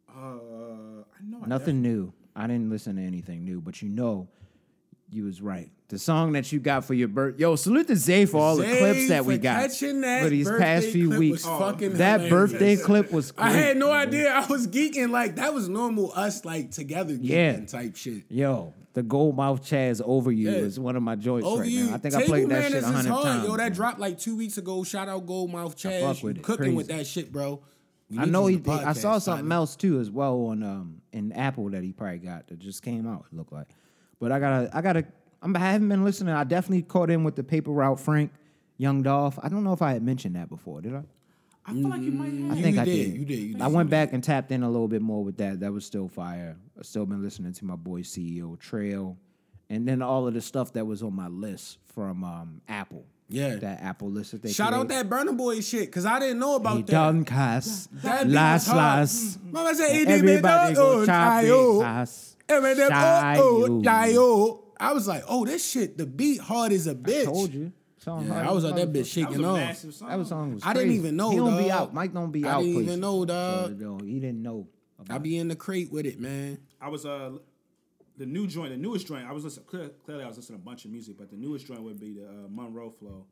Speaker 6: I know. I
Speaker 5: Nothing new. I didn't listen to anything new, but you know, you was right. The song that you got for your birth, yo, salute to Zay for all the
Speaker 3: Zay
Speaker 5: clips that we
Speaker 3: for
Speaker 5: got
Speaker 3: catching that
Speaker 5: for these past
Speaker 3: birthday
Speaker 5: few
Speaker 3: clip
Speaker 5: weeks.
Speaker 3: was fucking
Speaker 5: that
Speaker 3: hilarious.
Speaker 5: birthday clip was. Great.
Speaker 3: I had no idea. I was geeking like that was normal us like together geeking
Speaker 5: Yeah.
Speaker 3: type shit.
Speaker 5: Yo, the gold mouth Chaz over you
Speaker 3: Yeah.
Speaker 5: is one of my joints
Speaker 3: Over
Speaker 5: right
Speaker 3: you,
Speaker 5: now. I think I
Speaker 3: Table
Speaker 5: played that
Speaker 3: Manners
Speaker 5: shit a
Speaker 3: is
Speaker 5: hundred
Speaker 3: hard.
Speaker 5: times.
Speaker 3: Yo, that
Speaker 5: man.
Speaker 3: dropped like two weeks ago. Shout out Goldmouth
Speaker 5: fuck
Speaker 3: Chaz. You
Speaker 5: with it.
Speaker 3: cooking with
Speaker 5: Crazy.
Speaker 3: that shit, bro. We
Speaker 5: I
Speaker 3: need
Speaker 5: know
Speaker 3: you
Speaker 5: he.
Speaker 3: on the
Speaker 5: I saw
Speaker 3: podcast,
Speaker 5: something
Speaker 3: partner.
Speaker 5: else too as well on um in Apple that he probably got that just came out. It looked like, but I gotta I gotta I'm, I haven't been listening. I definitely caught in with the paper route Frank, Young Dolph. I don't know if I had mentioned that before. Did I?
Speaker 6: I feel like you might have.
Speaker 5: I think I
Speaker 3: did,
Speaker 5: did.
Speaker 3: you did, you
Speaker 5: I went back and tapped in a little bit more with that. That was still fire. I still been listening to my boy CEO Trail, and then all of the stuff that was on my list from um Apple.
Speaker 3: Yeah.
Speaker 5: that Apple list that they
Speaker 3: Shout out
Speaker 5: create.
Speaker 3: that Burner Boy shit because I didn't know about
Speaker 5: He
Speaker 3: that.
Speaker 5: done cuss.
Speaker 3: That Mm, beat was
Speaker 5: Last
Speaker 3: hard.
Speaker 5: last.
Speaker 3: Mama said, "Hey, baby,
Speaker 5: Everybody
Speaker 3: oh,
Speaker 5: go chop
Speaker 3: oh,
Speaker 5: it, ass.
Speaker 3: Every day,
Speaker 5: Shy
Speaker 3: oh,
Speaker 5: you.
Speaker 3: oh, die, oh. I was like, oh, this shit, the beat hard as a bitch.
Speaker 5: Told you. Song
Speaker 3: Yeah,
Speaker 5: hard
Speaker 3: I was
Speaker 5: as
Speaker 3: out that
Speaker 5: motherfucker.
Speaker 3: bitch
Speaker 6: That was a
Speaker 3: shaking off.
Speaker 6: massive song.
Speaker 5: That was song was
Speaker 3: I didn't
Speaker 5: crazy.
Speaker 3: even know,
Speaker 5: He don't
Speaker 3: dog.
Speaker 5: be out. Mike don't be
Speaker 3: I
Speaker 5: out.
Speaker 3: didn't even
Speaker 5: places.
Speaker 3: know,
Speaker 5: So,
Speaker 3: dog.
Speaker 5: yo, he didn't know. about
Speaker 3: I be in the crate with it, man.
Speaker 6: I was uh the new joint, the newest joint. I was listening. Clear, clearly, I was listening to a bunch of music, but the newest joint would be the uh, Monroe Flow,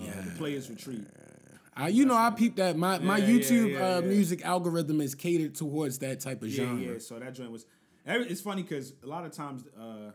Speaker 6: uh, the Players Retreat.
Speaker 3: I, you know, I peeped that my, my
Speaker 6: Yeah, yeah,
Speaker 3: YouTube
Speaker 6: yeah,
Speaker 3: uh,
Speaker 6: yeah.
Speaker 3: music algorithm is catered towards that type of
Speaker 6: Yeah,
Speaker 3: genre.
Speaker 6: yeah. So that joint was. every- It's funny because a lot of times, uh,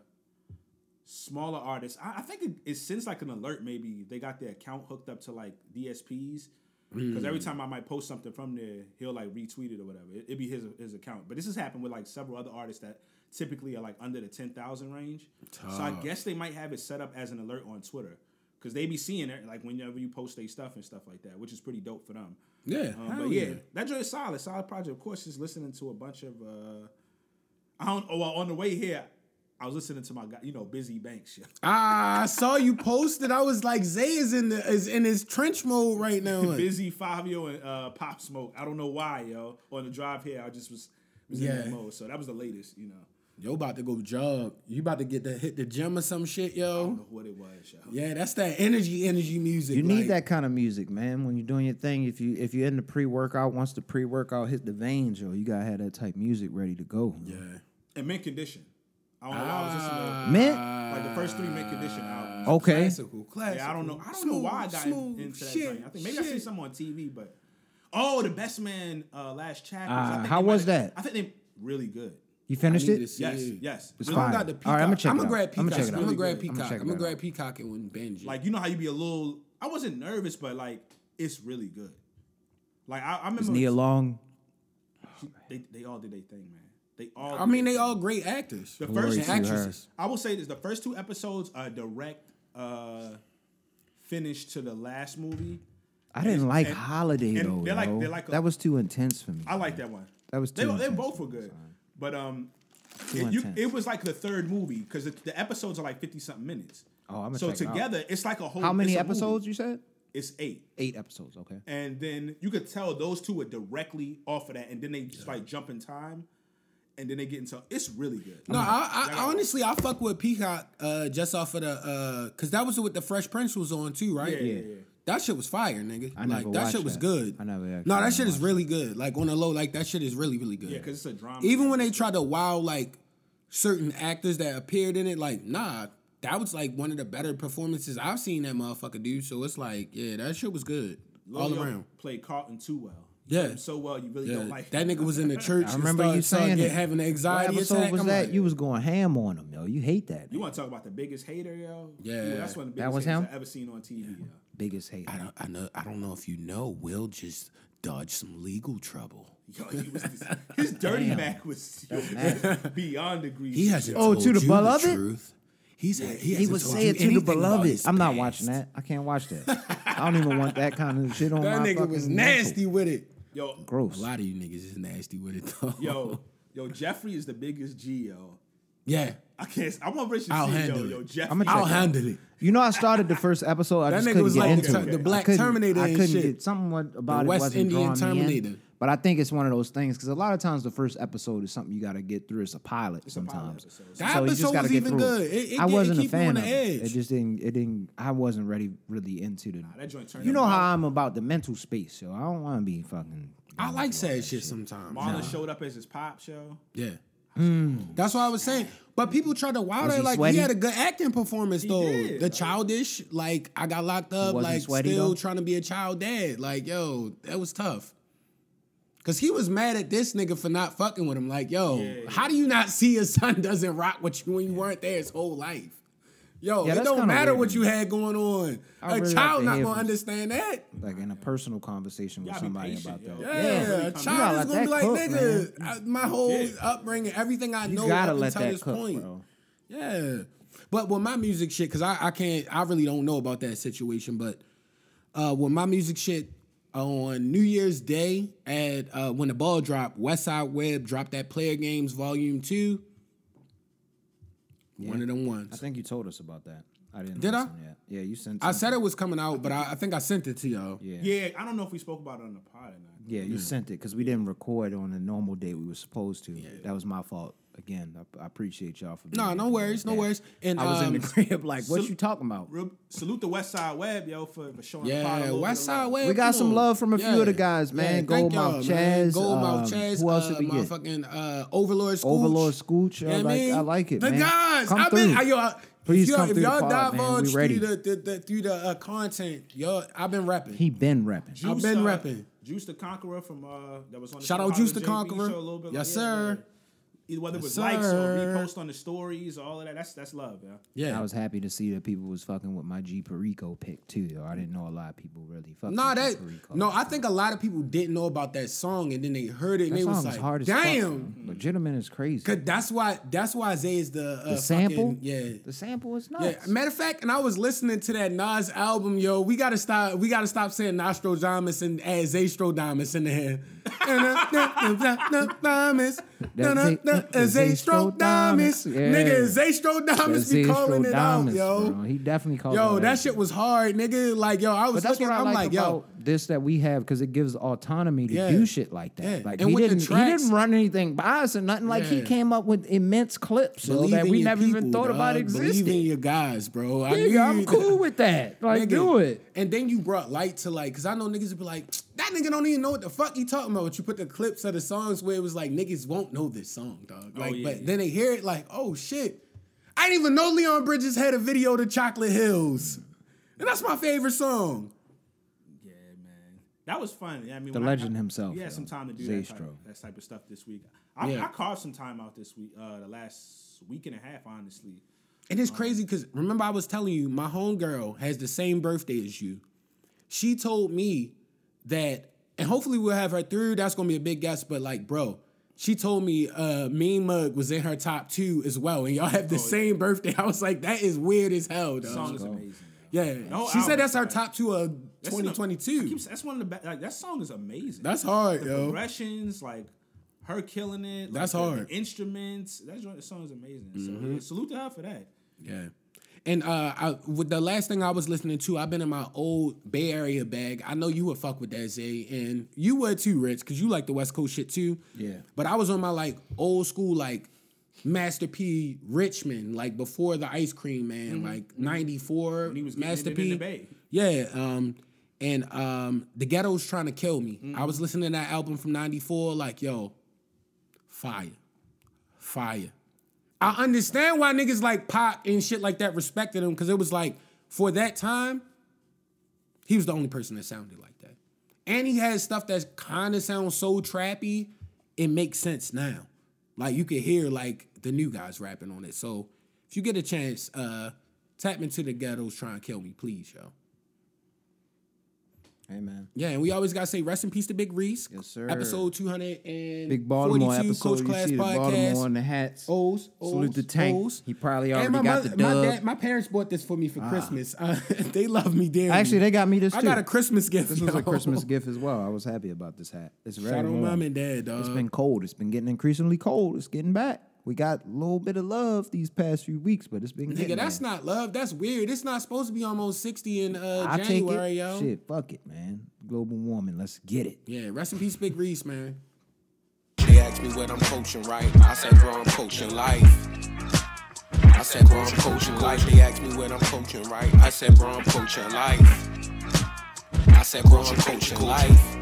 Speaker 6: smaller artists. I, I think it, it sends like an alert. Maybe they got their account hooked up to like DSPs. Because every time I might post something from there, he'll like retweet it or whatever. It, would be his his account. But this has happened with like several other artists that typically are like under the ten thousand range. So I guess they might have it set up as an alert on Twitter. Cause they be seeing it like whenever you post their stuff and stuff like that, which is pretty dope for them.
Speaker 3: Yeah,
Speaker 6: Um,
Speaker 3: hell
Speaker 6: but yeah,
Speaker 3: yeah.
Speaker 6: that joint is solid, solid project. Of course, just listening to a bunch of. Uh, I don't. Oh, well, on the way here, I was listening to my guy, you know, Busy Banks. shit.
Speaker 3: Ah, I saw you posted. I was like, Zay is in the is in his trench mode right now. Like,
Speaker 6: Busy Fabio and uh, Pop Smoke. I don't know why, yo. On the drive here, I just was was in that
Speaker 3: Yeah.
Speaker 6: mode. So that was the latest, you know.
Speaker 3: yo, about to go jog. You about to get to hit the gym or some shit,
Speaker 6: I
Speaker 3: yo.
Speaker 6: don't know what it was, yo.
Speaker 3: Yeah, that's that energy, energy music.
Speaker 5: You
Speaker 3: like-
Speaker 5: need that kind of music, man. When you're doing your thing, if you if you're in the pre workout, once the pre workout hit the veins, yo, you gotta have that type music ready to go. Yeah.
Speaker 6: And Mint Condition. I don't know why I was listening
Speaker 5: Mint.
Speaker 6: to like the first three Mint Condition albums.
Speaker 5: okay.
Speaker 3: Classical, classical.
Speaker 6: Yeah, I don't know. I don't know
Speaker 3: Ah. Smooth,
Speaker 6: why I got in-
Speaker 3: smooth,
Speaker 6: into that
Speaker 3: shit,
Speaker 6: joint. I think maybe I
Speaker 3: shit.
Speaker 6: seen some on TV, but oh, the best man uh, last chapter.
Speaker 5: Ah, how was that?
Speaker 6: I think they really good.
Speaker 5: You finished
Speaker 3: need to
Speaker 5: it?
Speaker 3: see-
Speaker 6: Yes,
Speaker 3: Yeah.
Speaker 6: yes.
Speaker 5: It's
Speaker 6: Really
Speaker 5: fire.
Speaker 6: good.
Speaker 3: Got the
Speaker 5: All right, I'ma check
Speaker 3: I'm
Speaker 5: it
Speaker 3: gonna
Speaker 5: out.
Speaker 3: grab
Speaker 5: I'ma
Speaker 3: Peacock.
Speaker 5: check it out.
Speaker 3: I'm gonna grab
Speaker 5: I'ma
Speaker 3: Peacock.
Speaker 5: check
Speaker 3: I'm
Speaker 5: it
Speaker 3: gonna
Speaker 5: out.
Speaker 3: grab Peacock and win binge. it.
Speaker 6: Like you know how you be a little. I wasn't nervous, but like it's really good. Like I, I remember
Speaker 5: Is Nia Long?
Speaker 6: They, they all did their thing, man. They all.
Speaker 3: I
Speaker 6: did
Speaker 3: mean,
Speaker 6: their
Speaker 3: they
Speaker 6: thing.
Speaker 3: all great actors.
Speaker 6: The
Speaker 5: Glory
Speaker 6: first
Speaker 5: to
Speaker 3: actresses.
Speaker 6: I will say this: the first two episodes are direct uh, finish to the last movie.
Speaker 5: I didn't like
Speaker 6: and-
Speaker 5: Holiday
Speaker 6: and
Speaker 5: though.
Speaker 6: they're like-
Speaker 5: yo.
Speaker 6: they're like a-
Speaker 5: that was too intense for me.
Speaker 6: I like that one.
Speaker 5: That was
Speaker 6: They,
Speaker 5: too
Speaker 6: they
Speaker 5: intense.
Speaker 6: both were good, but um,
Speaker 5: Too
Speaker 6: it, you,
Speaker 5: intense.
Speaker 6: it was like the third movie because the episodes are like fifty something minutes.
Speaker 5: Oh, I'ma
Speaker 6: so
Speaker 5: check it out.
Speaker 6: together it's like a whole.
Speaker 5: How many
Speaker 6: it's a movie.
Speaker 5: episodes you said?
Speaker 6: It's eight.
Speaker 5: Eight episodes. Okay.
Speaker 6: and then you could tell those two were directly off of that, and then they just like jump in time, and then they get into it's really good.
Speaker 3: No, I, I honestly I uh, fuck with Peacock uh, just off of the because that was what the Fresh Prince was on too, right?
Speaker 6: Yeah, yeah, yeah.
Speaker 3: That shit was fire, nigga.
Speaker 5: I
Speaker 3: like
Speaker 5: never
Speaker 3: that
Speaker 5: watched
Speaker 3: shit was
Speaker 5: that.
Speaker 3: good.
Speaker 5: I never actually
Speaker 3: No, that shit is
Speaker 5: watched
Speaker 3: really good. Like on the low, like that shit is really really good.
Speaker 6: Yeah, because it's a drama.
Speaker 3: even when they tried to wow like certain actors that appeared in it, like nah, that was like one of the better performances I've seen that motherfucker do. So it's like, yeah, that shit was good all
Speaker 6: Loyo
Speaker 3: around.
Speaker 6: Played Carlton too well.
Speaker 3: Yeah.
Speaker 6: Yeah, so well you really
Speaker 3: Yeah,
Speaker 6: don't like
Speaker 3: that
Speaker 6: him.
Speaker 3: nigga was in the church.
Speaker 5: I remember you saying
Speaker 3: get,
Speaker 5: it.
Speaker 3: having an
Speaker 5: What
Speaker 3: anxiety
Speaker 5: episode
Speaker 3: attack.
Speaker 5: was
Speaker 3: I'm
Speaker 5: that?
Speaker 3: like,
Speaker 5: you was going ham on him, yo. You hate that.
Speaker 6: You
Speaker 5: man.
Speaker 6: want to talk about the biggest hater, yo?
Speaker 3: Yeah.
Speaker 6: Ooh, that's one of the
Speaker 5: That
Speaker 6: biggest
Speaker 5: was
Speaker 6: haters
Speaker 5: him?
Speaker 6: I've ever seen on TV. Yo.
Speaker 5: biggest hate.
Speaker 3: I don't, I know, I don't know if you know. Will just dodge some legal trouble.
Speaker 6: Yo, he was this, his dirty
Speaker 5: Damn.
Speaker 6: back was
Speaker 5: nasty.
Speaker 6: beyond degrees.
Speaker 3: He hasn't.
Speaker 5: Oh,
Speaker 3: told
Speaker 5: to the
Speaker 3: you
Speaker 5: beloved?
Speaker 3: The truth. He's, he
Speaker 5: He
Speaker 3: hasn't
Speaker 5: would
Speaker 3: told
Speaker 5: say
Speaker 3: you
Speaker 5: it to the
Speaker 3: anything about
Speaker 5: beloved.
Speaker 3: his
Speaker 5: I'm not
Speaker 3: past.
Speaker 5: watching that. I can't watch that. I don't even want that kind of shit on
Speaker 3: That
Speaker 5: my
Speaker 3: nigga was
Speaker 5: fucking
Speaker 3: nasty
Speaker 5: mental.
Speaker 3: with it.
Speaker 6: Yo,
Speaker 3: A
Speaker 5: Gross.
Speaker 3: lot of you niggas is nasty with it though.
Speaker 6: yo, yo, Jeffrey is the biggest G, yo.
Speaker 3: yeah,
Speaker 6: I can't. I want Richard
Speaker 3: I'll
Speaker 6: to see, yo,
Speaker 3: handle
Speaker 6: yo,
Speaker 3: it.
Speaker 6: Jeffrey.
Speaker 5: I'ma
Speaker 3: I'll
Speaker 5: check it.
Speaker 3: handle it.
Speaker 5: You know, I started the first episode. I
Speaker 3: That
Speaker 5: just
Speaker 3: nigga
Speaker 5: couldn't
Speaker 3: was
Speaker 5: get
Speaker 3: like the
Speaker 5: into
Speaker 3: ter-
Speaker 5: it.
Speaker 3: the
Speaker 5: I
Speaker 3: Black
Speaker 5: couldn't-
Speaker 3: Terminator
Speaker 5: I
Speaker 3: and
Speaker 5: couldn't
Speaker 3: shit.
Speaker 5: get somewhat about
Speaker 3: The
Speaker 5: it
Speaker 3: West
Speaker 5: wasn't
Speaker 3: Indian
Speaker 5: drawing Me
Speaker 3: Terminator.
Speaker 5: in. But I think it's one of those things because a lot of times the first episode is something you got to get through. It's a pilot sometimes.
Speaker 6: episode.
Speaker 3: That
Speaker 5: so you
Speaker 3: episode
Speaker 5: just got to
Speaker 3: was
Speaker 5: get
Speaker 3: even
Speaker 5: through.
Speaker 3: good. It- it
Speaker 5: I
Speaker 3: get- it
Speaker 5: wasn't a
Speaker 3: keep you on
Speaker 5: fan
Speaker 3: the
Speaker 5: of it. It
Speaker 3: edge.
Speaker 5: just didn't. It didn't. I wasn't ready, really into the.
Speaker 6: that joint turned
Speaker 5: you
Speaker 6: him
Speaker 5: know
Speaker 6: out.
Speaker 5: how I'm about the mental space, so I don't want to be fucking.
Speaker 3: I like sad shit sometimes.
Speaker 6: Marlon showed up as his pop show.
Speaker 3: Yeah, Mm. that's what I was saying. But people tried to wow
Speaker 5: Was
Speaker 3: that
Speaker 5: he
Speaker 3: like
Speaker 5: sweaty?
Speaker 3: he had a good acting performance though.
Speaker 6: did.
Speaker 3: The childish, like I got locked up,
Speaker 5: wasn't
Speaker 3: like
Speaker 5: sweaty,
Speaker 3: still
Speaker 5: though?
Speaker 3: trying to be a child dad. Like yo, that was tough. Cause he was mad at this nigga for not fucking with him. Like yo, how do you not see your son doesn't rock with you when you weren't there his whole life? Yo,
Speaker 5: Yeah,
Speaker 3: it
Speaker 5: that's
Speaker 3: don't
Speaker 5: kinda
Speaker 3: matter
Speaker 5: weird
Speaker 3: what
Speaker 5: to
Speaker 3: you
Speaker 5: me.
Speaker 3: had going on.
Speaker 5: I
Speaker 3: A
Speaker 5: really
Speaker 3: child
Speaker 5: like to
Speaker 3: not
Speaker 5: hear
Speaker 3: gonna
Speaker 5: from-
Speaker 3: understand that.
Speaker 5: like in a personal conversation with
Speaker 6: Y'all be
Speaker 5: somebody
Speaker 6: patient,
Speaker 5: about that.
Speaker 6: yo.
Speaker 3: Yeah,
Speaker 5: You
Speaker 3: a
Speaker 5: gotta
Speaker 3: child is
Speaker 5: let
Speaker 3: gonna be
Speaker 5: that
Speaker 3: like,
Speaker 5: cook,
Speaker 3: nigga,
Speaker 5: man.
Speaker 3: I- my whole
Speaker 6: Yeah.
Speaker 3: upbringing, everything I know
Speaker 5: You gotta
Speaker 3: up
Speaker 5: let
Speaker 3: until
Speaker 5: that
Speaker 3: this
Speaker 5: cook,
Speaker 3: point.
Speaker 5: bro.
Speaker 3: Yeah. But with my music shit, because I, I can't, I really don't know about that situation, but uh, with my music shit on New Year's Day at uh, when the ball dropped, Westside Web dropped that Player Games Volume 2. One of them
Speaker 5: I
Speaker 3: ones.
Speaker 5: think you told us about that. I didn't.
Speaker 3: Did I?
Speaker 5: listen Yet. Yeah, you sent.
Speaker 3: I said
Speaker 5: something.
Speaker 3: it was coming out, but I, I think I sent it to y'all.
Speaker 5: Yeah. yeah.
Speaker 6: Yeah, I don't know if we spoke about it on the pod or not.
Speaker 5: you
Speaker 3: Mm.
Speaker 5: sent it because we didn't record on the normal day we were supposed to. That was my fault. Again, I, I appreciate y'all for. being
Speaker 3: No,
Speaker 5: here
Speaker 3: no
Speaker 5: for
Speaker 3: worries, no
Speaker 5: that.
Speaker 3: worries. And
Speaker 5: I was in
Speaker 3: um,
Speaker 5: the crib like, what
Speaker 6: so-
Speaker 5: you talking about?
Speaker 6: Real- salute the West Side Web, yo, for, for showing the pod. a
Speaker 3: Yeah,
Speaker 6: little bit of
Speaker 3: West Side
Speaker 6: love.
Speaker 3: Wave.
Speaker 5: We got
Speaker 3: come
Speaker 5: some
Speaker 3: on.
Speaker 5: love from a few of the guys, man.
Speaker 3: thank
Speaker 5: Goldmouth
Speaker 3: y'all, man.
Speaker 5: Chaz,
Speaker 3: Goldmouth
Speaker 5: um,
Speaker 3: Chaz.
Speaker 5: who else
Speaker 3: uh,
Speaker 5: did we get?
Speaker 3: Motherfucking uh, Overlord Scooch.
Speaker 5: Overlord Scooch.
Speaker 3: You
Speaker 5: I
Speaker 3: know what
Speaker 5: like-
Speaker 3: mean?
Speaker 5: I like it,
Speaker 3: The
Speaker 5: man.
Speaker 3: guys.
Speaker 5: Come
Speaker 3: I've been.
Speaker 5: through.
Speaker 3: I, y'all,
Speaker 5: Please
Speaker 3: if y'all,
Speaker 5: come
Speaker 3: if
Speaker 5: through the
Speaker 3: y'all
Speaker 5: pod, man.
Speaker 3: divulge
Speaker 5: We ready.
Speaker 3: through the, the, the through the uh, content, y'all, I've been repping.
Speaker 5: He been repping.
Speaker 3: I've been repping.
Speaker 6: uh, Juice the Conqueror from uh, that was on the
Speaker 3: Shout
Speaker 6: show,
Speaker 3: out Juice the
Speaker 6: Hollywood JB
Speaker 3: Conqueror.
Speaker 6: show a little bit,
Speaker 3: Yes,
Speaker 6: yeah,
Speaker 3: sir.
Speaker 6: yeah. Either whether it
Speaker 3: Yes,
Speaker 6: was likes or
Speaker 3: sir.
Speaker 6: repost on the stories, all of that. That's that's love, yeah.
Speaker 3: yeah.
Speaker 5: I was happy to see that people was fucking with my G Perico pick too. Though I didn't know a lot of people really fucking.
Speaker 3: Nah,
Speaker 5: with G
Speaker 3: that
Speaker 5: Perico.
Speaker 3: no. I think a lot of people didn't know about that song, and then they heard it, and
Speaker 5: that
Speaker 3: they
Speaker 5: song
Speaker 3: was
Speaker 5: was
Speaker 3: like,
Speaker 5: hard as fuck,
Speaker 3: "Damn!"
Speaker 5: man. Legitimate is crazy.
Speaker 3: Cause that's why that's why Zay is the, uh,
Speaker 5: the sample,
Speaker 3: fucking- yeah,
Speaker 5: the sample is
Speaker 3: Yeah,
Speaker 5: nuts.
Speaker 3: matter of fact, and I was listening to that Nas album, yo. We gotta stop. We gotta stop saying Nostradamus and add Zastrodamus in there. Nostradamus, no, no, no, Zastrodamus,
Speaker 5: Yeah.
Speaker 3: nigga, Zastrodamus be calling it out,
Speaker 5: Zestrodamus,
Speaker 3: yo.
Speaker 5: bro. He definitely called.
Speaker 3: Yo,
Speaker 5: it
Speaker 3: that
Speaker 5: out.
Speaker 3: shit was hard, nigga. Like, yo, I was
Speaker 5: But that's
Speaker 3: looking.
Speaker 5: what I
Speaker 3: I'm
Speaker 5: like,
Speaker 3: like, yo,
Speaker 5: about this that we have because it gives autonomy to
Speaker 3: Yeah.
Speaker 5: do shit like that.
Speaker 3: Yeah.
Speaker 5: Like
Speaker 3: And
Speaker 5: he
Speaker 3: with the
Speaker 5: didn't, he
Speaker 3: tracks-
Speaker 5: didn't run anything by us or nothing. Like he
Speaker 3: Yeah.
Speaker 5: came up with immense clips so
Speaker 3: believe
Speaker 5: that
Speaker 3: in
Speaker 5: we
Speaker 3: your
Speaker 5: never even
Speaker 3: people,
Speaker 5: thought about
Speaker 3: dog. Believe in
Speaker 5: existing.
Speaker 3: your guys, bro. I knew
Speaker 5: Nigga, I'm
Speaker 3: you-
Speaker 5: cool with that. Like
Speaker 3: Nigga.
Speaker 5: do it.
Speaker 3: And then you brought light to like, cause I know niggas would be like, that nigga don't even know what the fuck he talking about. But you put the clips of the songs where it was like niggas won't know this song, dog. Like,
Speaker 6: yeah,
Speaker 3: but
Speaker 6: yeah.
Speaker 3: then they hear it like, oh shit, I didn't even know Leon Bridges had a video to Chocolate Hills, and that's my favorite song.
Speaker 6: Yeah, man. That was fun. Yeah, I mean,
Speaker 5: The
Speaker 6: when I-
Speaker 5: legend
Speaker 6: I-
Speaker 5: himself,
Speaker 6: We had
Speaker 5: yo,
Speaker 6: some time to do that type,
Speaker 5: Zestro.
Speaker 6: that type of stuff this week. I,
Speaker 3: Yeah.
Speaker 6: I carved some time out this week, uh, the last week and a half, honestly.
Speaker 3: And it's crazy because remember I was telling you my homegirl has the same birthday as you. She told me that, and hopefully we'll have her through. That's gonna be a big guess, but like, bro, she told me uh Mean Mug was in her top two as well, and y'all have the same birthday. I was like, that is weird as hell,
Speaker 6: The
Speaker 3: dog.
Speaker 6: Oh, song is amazing. yo.
Speaker 3: yeah,
Speaker 6: No
Speaker 3: she said
Speaker 6: album,
Speaker 3: that's her
Speaker 6: man.
Speaker 3: top two of
Speaker 6: That's an- I
Speaker 3: 2022.
Speaker 6: keep- That's one of the best. Like, that song is amazing.
Speaker 3: That's hard,
Speaker 6: the
Speaker 3: yo.
Speaker 6: progressions, like her killing it. like,
Speaker 3: That's
Speaker 6: the- the
Speaker 3: hard. Mm-hmm.
Speaker 6: instruments. That joint, the song is amazing. So yeah, salute to her for that.
Speaker 3: Yeah. And uh, I, with the last thing I was listening to, I've been in my old Bay Area bag. I know you would fuck with that, Zay, and you would too, Rich, because you like the West Coast shit too.
Speaker 5: Yeah.
Speaker 3: But I was on my like old school like Master P Richmond, like before the Ice Cream Man, like '94.
Speaker 6: Mm-hmm. he was getting
Speaker 3: Master
Speaker 6: it in
Speaker 3: P.
Speaker 6: the Bay.
Speaker 3: Yeah. Um, and um, the ghetto's trying to kill me. I was listening to that album from '94, like yo, fire, fire. I understand why niggas like Pop and shit like that respected him because it was like for that time, he was the only person that sounded like that, and he had stuff that kind of sounds so trappy. It makes sense now, like you could hear like the new guys rapping on it. So if you get a chance, uh, tap into the ghettos, try and kill me, please, yo.
Speaker 5: Hey man.
Speaker 3: Yeah, and we always gotta say rest in peace to Big Reese.
Speaker 5: Yes, sir.
Speaker 3: Episode two hundred and
Speaker 5: Big Baltimore episode.
Speaker 3: Coach
Speaker 5: You
Speaker 3: Class
Speaker 5: see the
Speaker 3: podcast.
Speaker 5: Baltimore on the hats.
Speaker 3: O's, O's,
Speaker 5: Salute the tank.
Speaker 3: O's.
Speaker 5: He probably
Speaker 3: And
Speaker 5: already
Speaker 3: my
Speaker 5: got
Speaker 3: mother,
Speaker 5: the
Speaker 3: my,
Speaker 5: dub. Ah.
Speaker 3: dad, my parents bought this for me for Christmas. Uh, they love me dearly.
Speaker 5: Actually, they got me this
Speaker 3: I
Speaker 5: too.
Speaker 3: got a Christmas gift.
Speaker 5: This was
Speaker 3: yo.
Speaker 5: a Christmas gift as well. I was happy about this hat. It's very
Speaker 3: Shout out
Speaker 5: warm.
Speaker 3: mom and dad, dog.
Speaker 5: It's been cold. It's been getting increasingly cold. It's getting back. We got a little bit of love these past few weeks, but it's been
Speaker 3: Nigga,
Speaker 5: getting
Speaker 3: that's
Speaker 5: there.
Speaker 3: not love. That's weird. It's not supposed to be almost sixty in uh,
Speaker 5: I take
Speaker 3: January,
Speaker 5: it.
Speaker 3: yo.
Speaker 5: Shit, fuck it, man. Global warming. Let's get it.
Speaker 3: Yeah, rest in peace, Big Reese, man.
Speaker 1: They asked me what I'm coaching, right? I said, bro, I'm coaching life. I said, bro, I'm coaching life. They asked me what I'm coaching, right? I said, bro, I'm coaching life. I said, bro, I'm coaching life.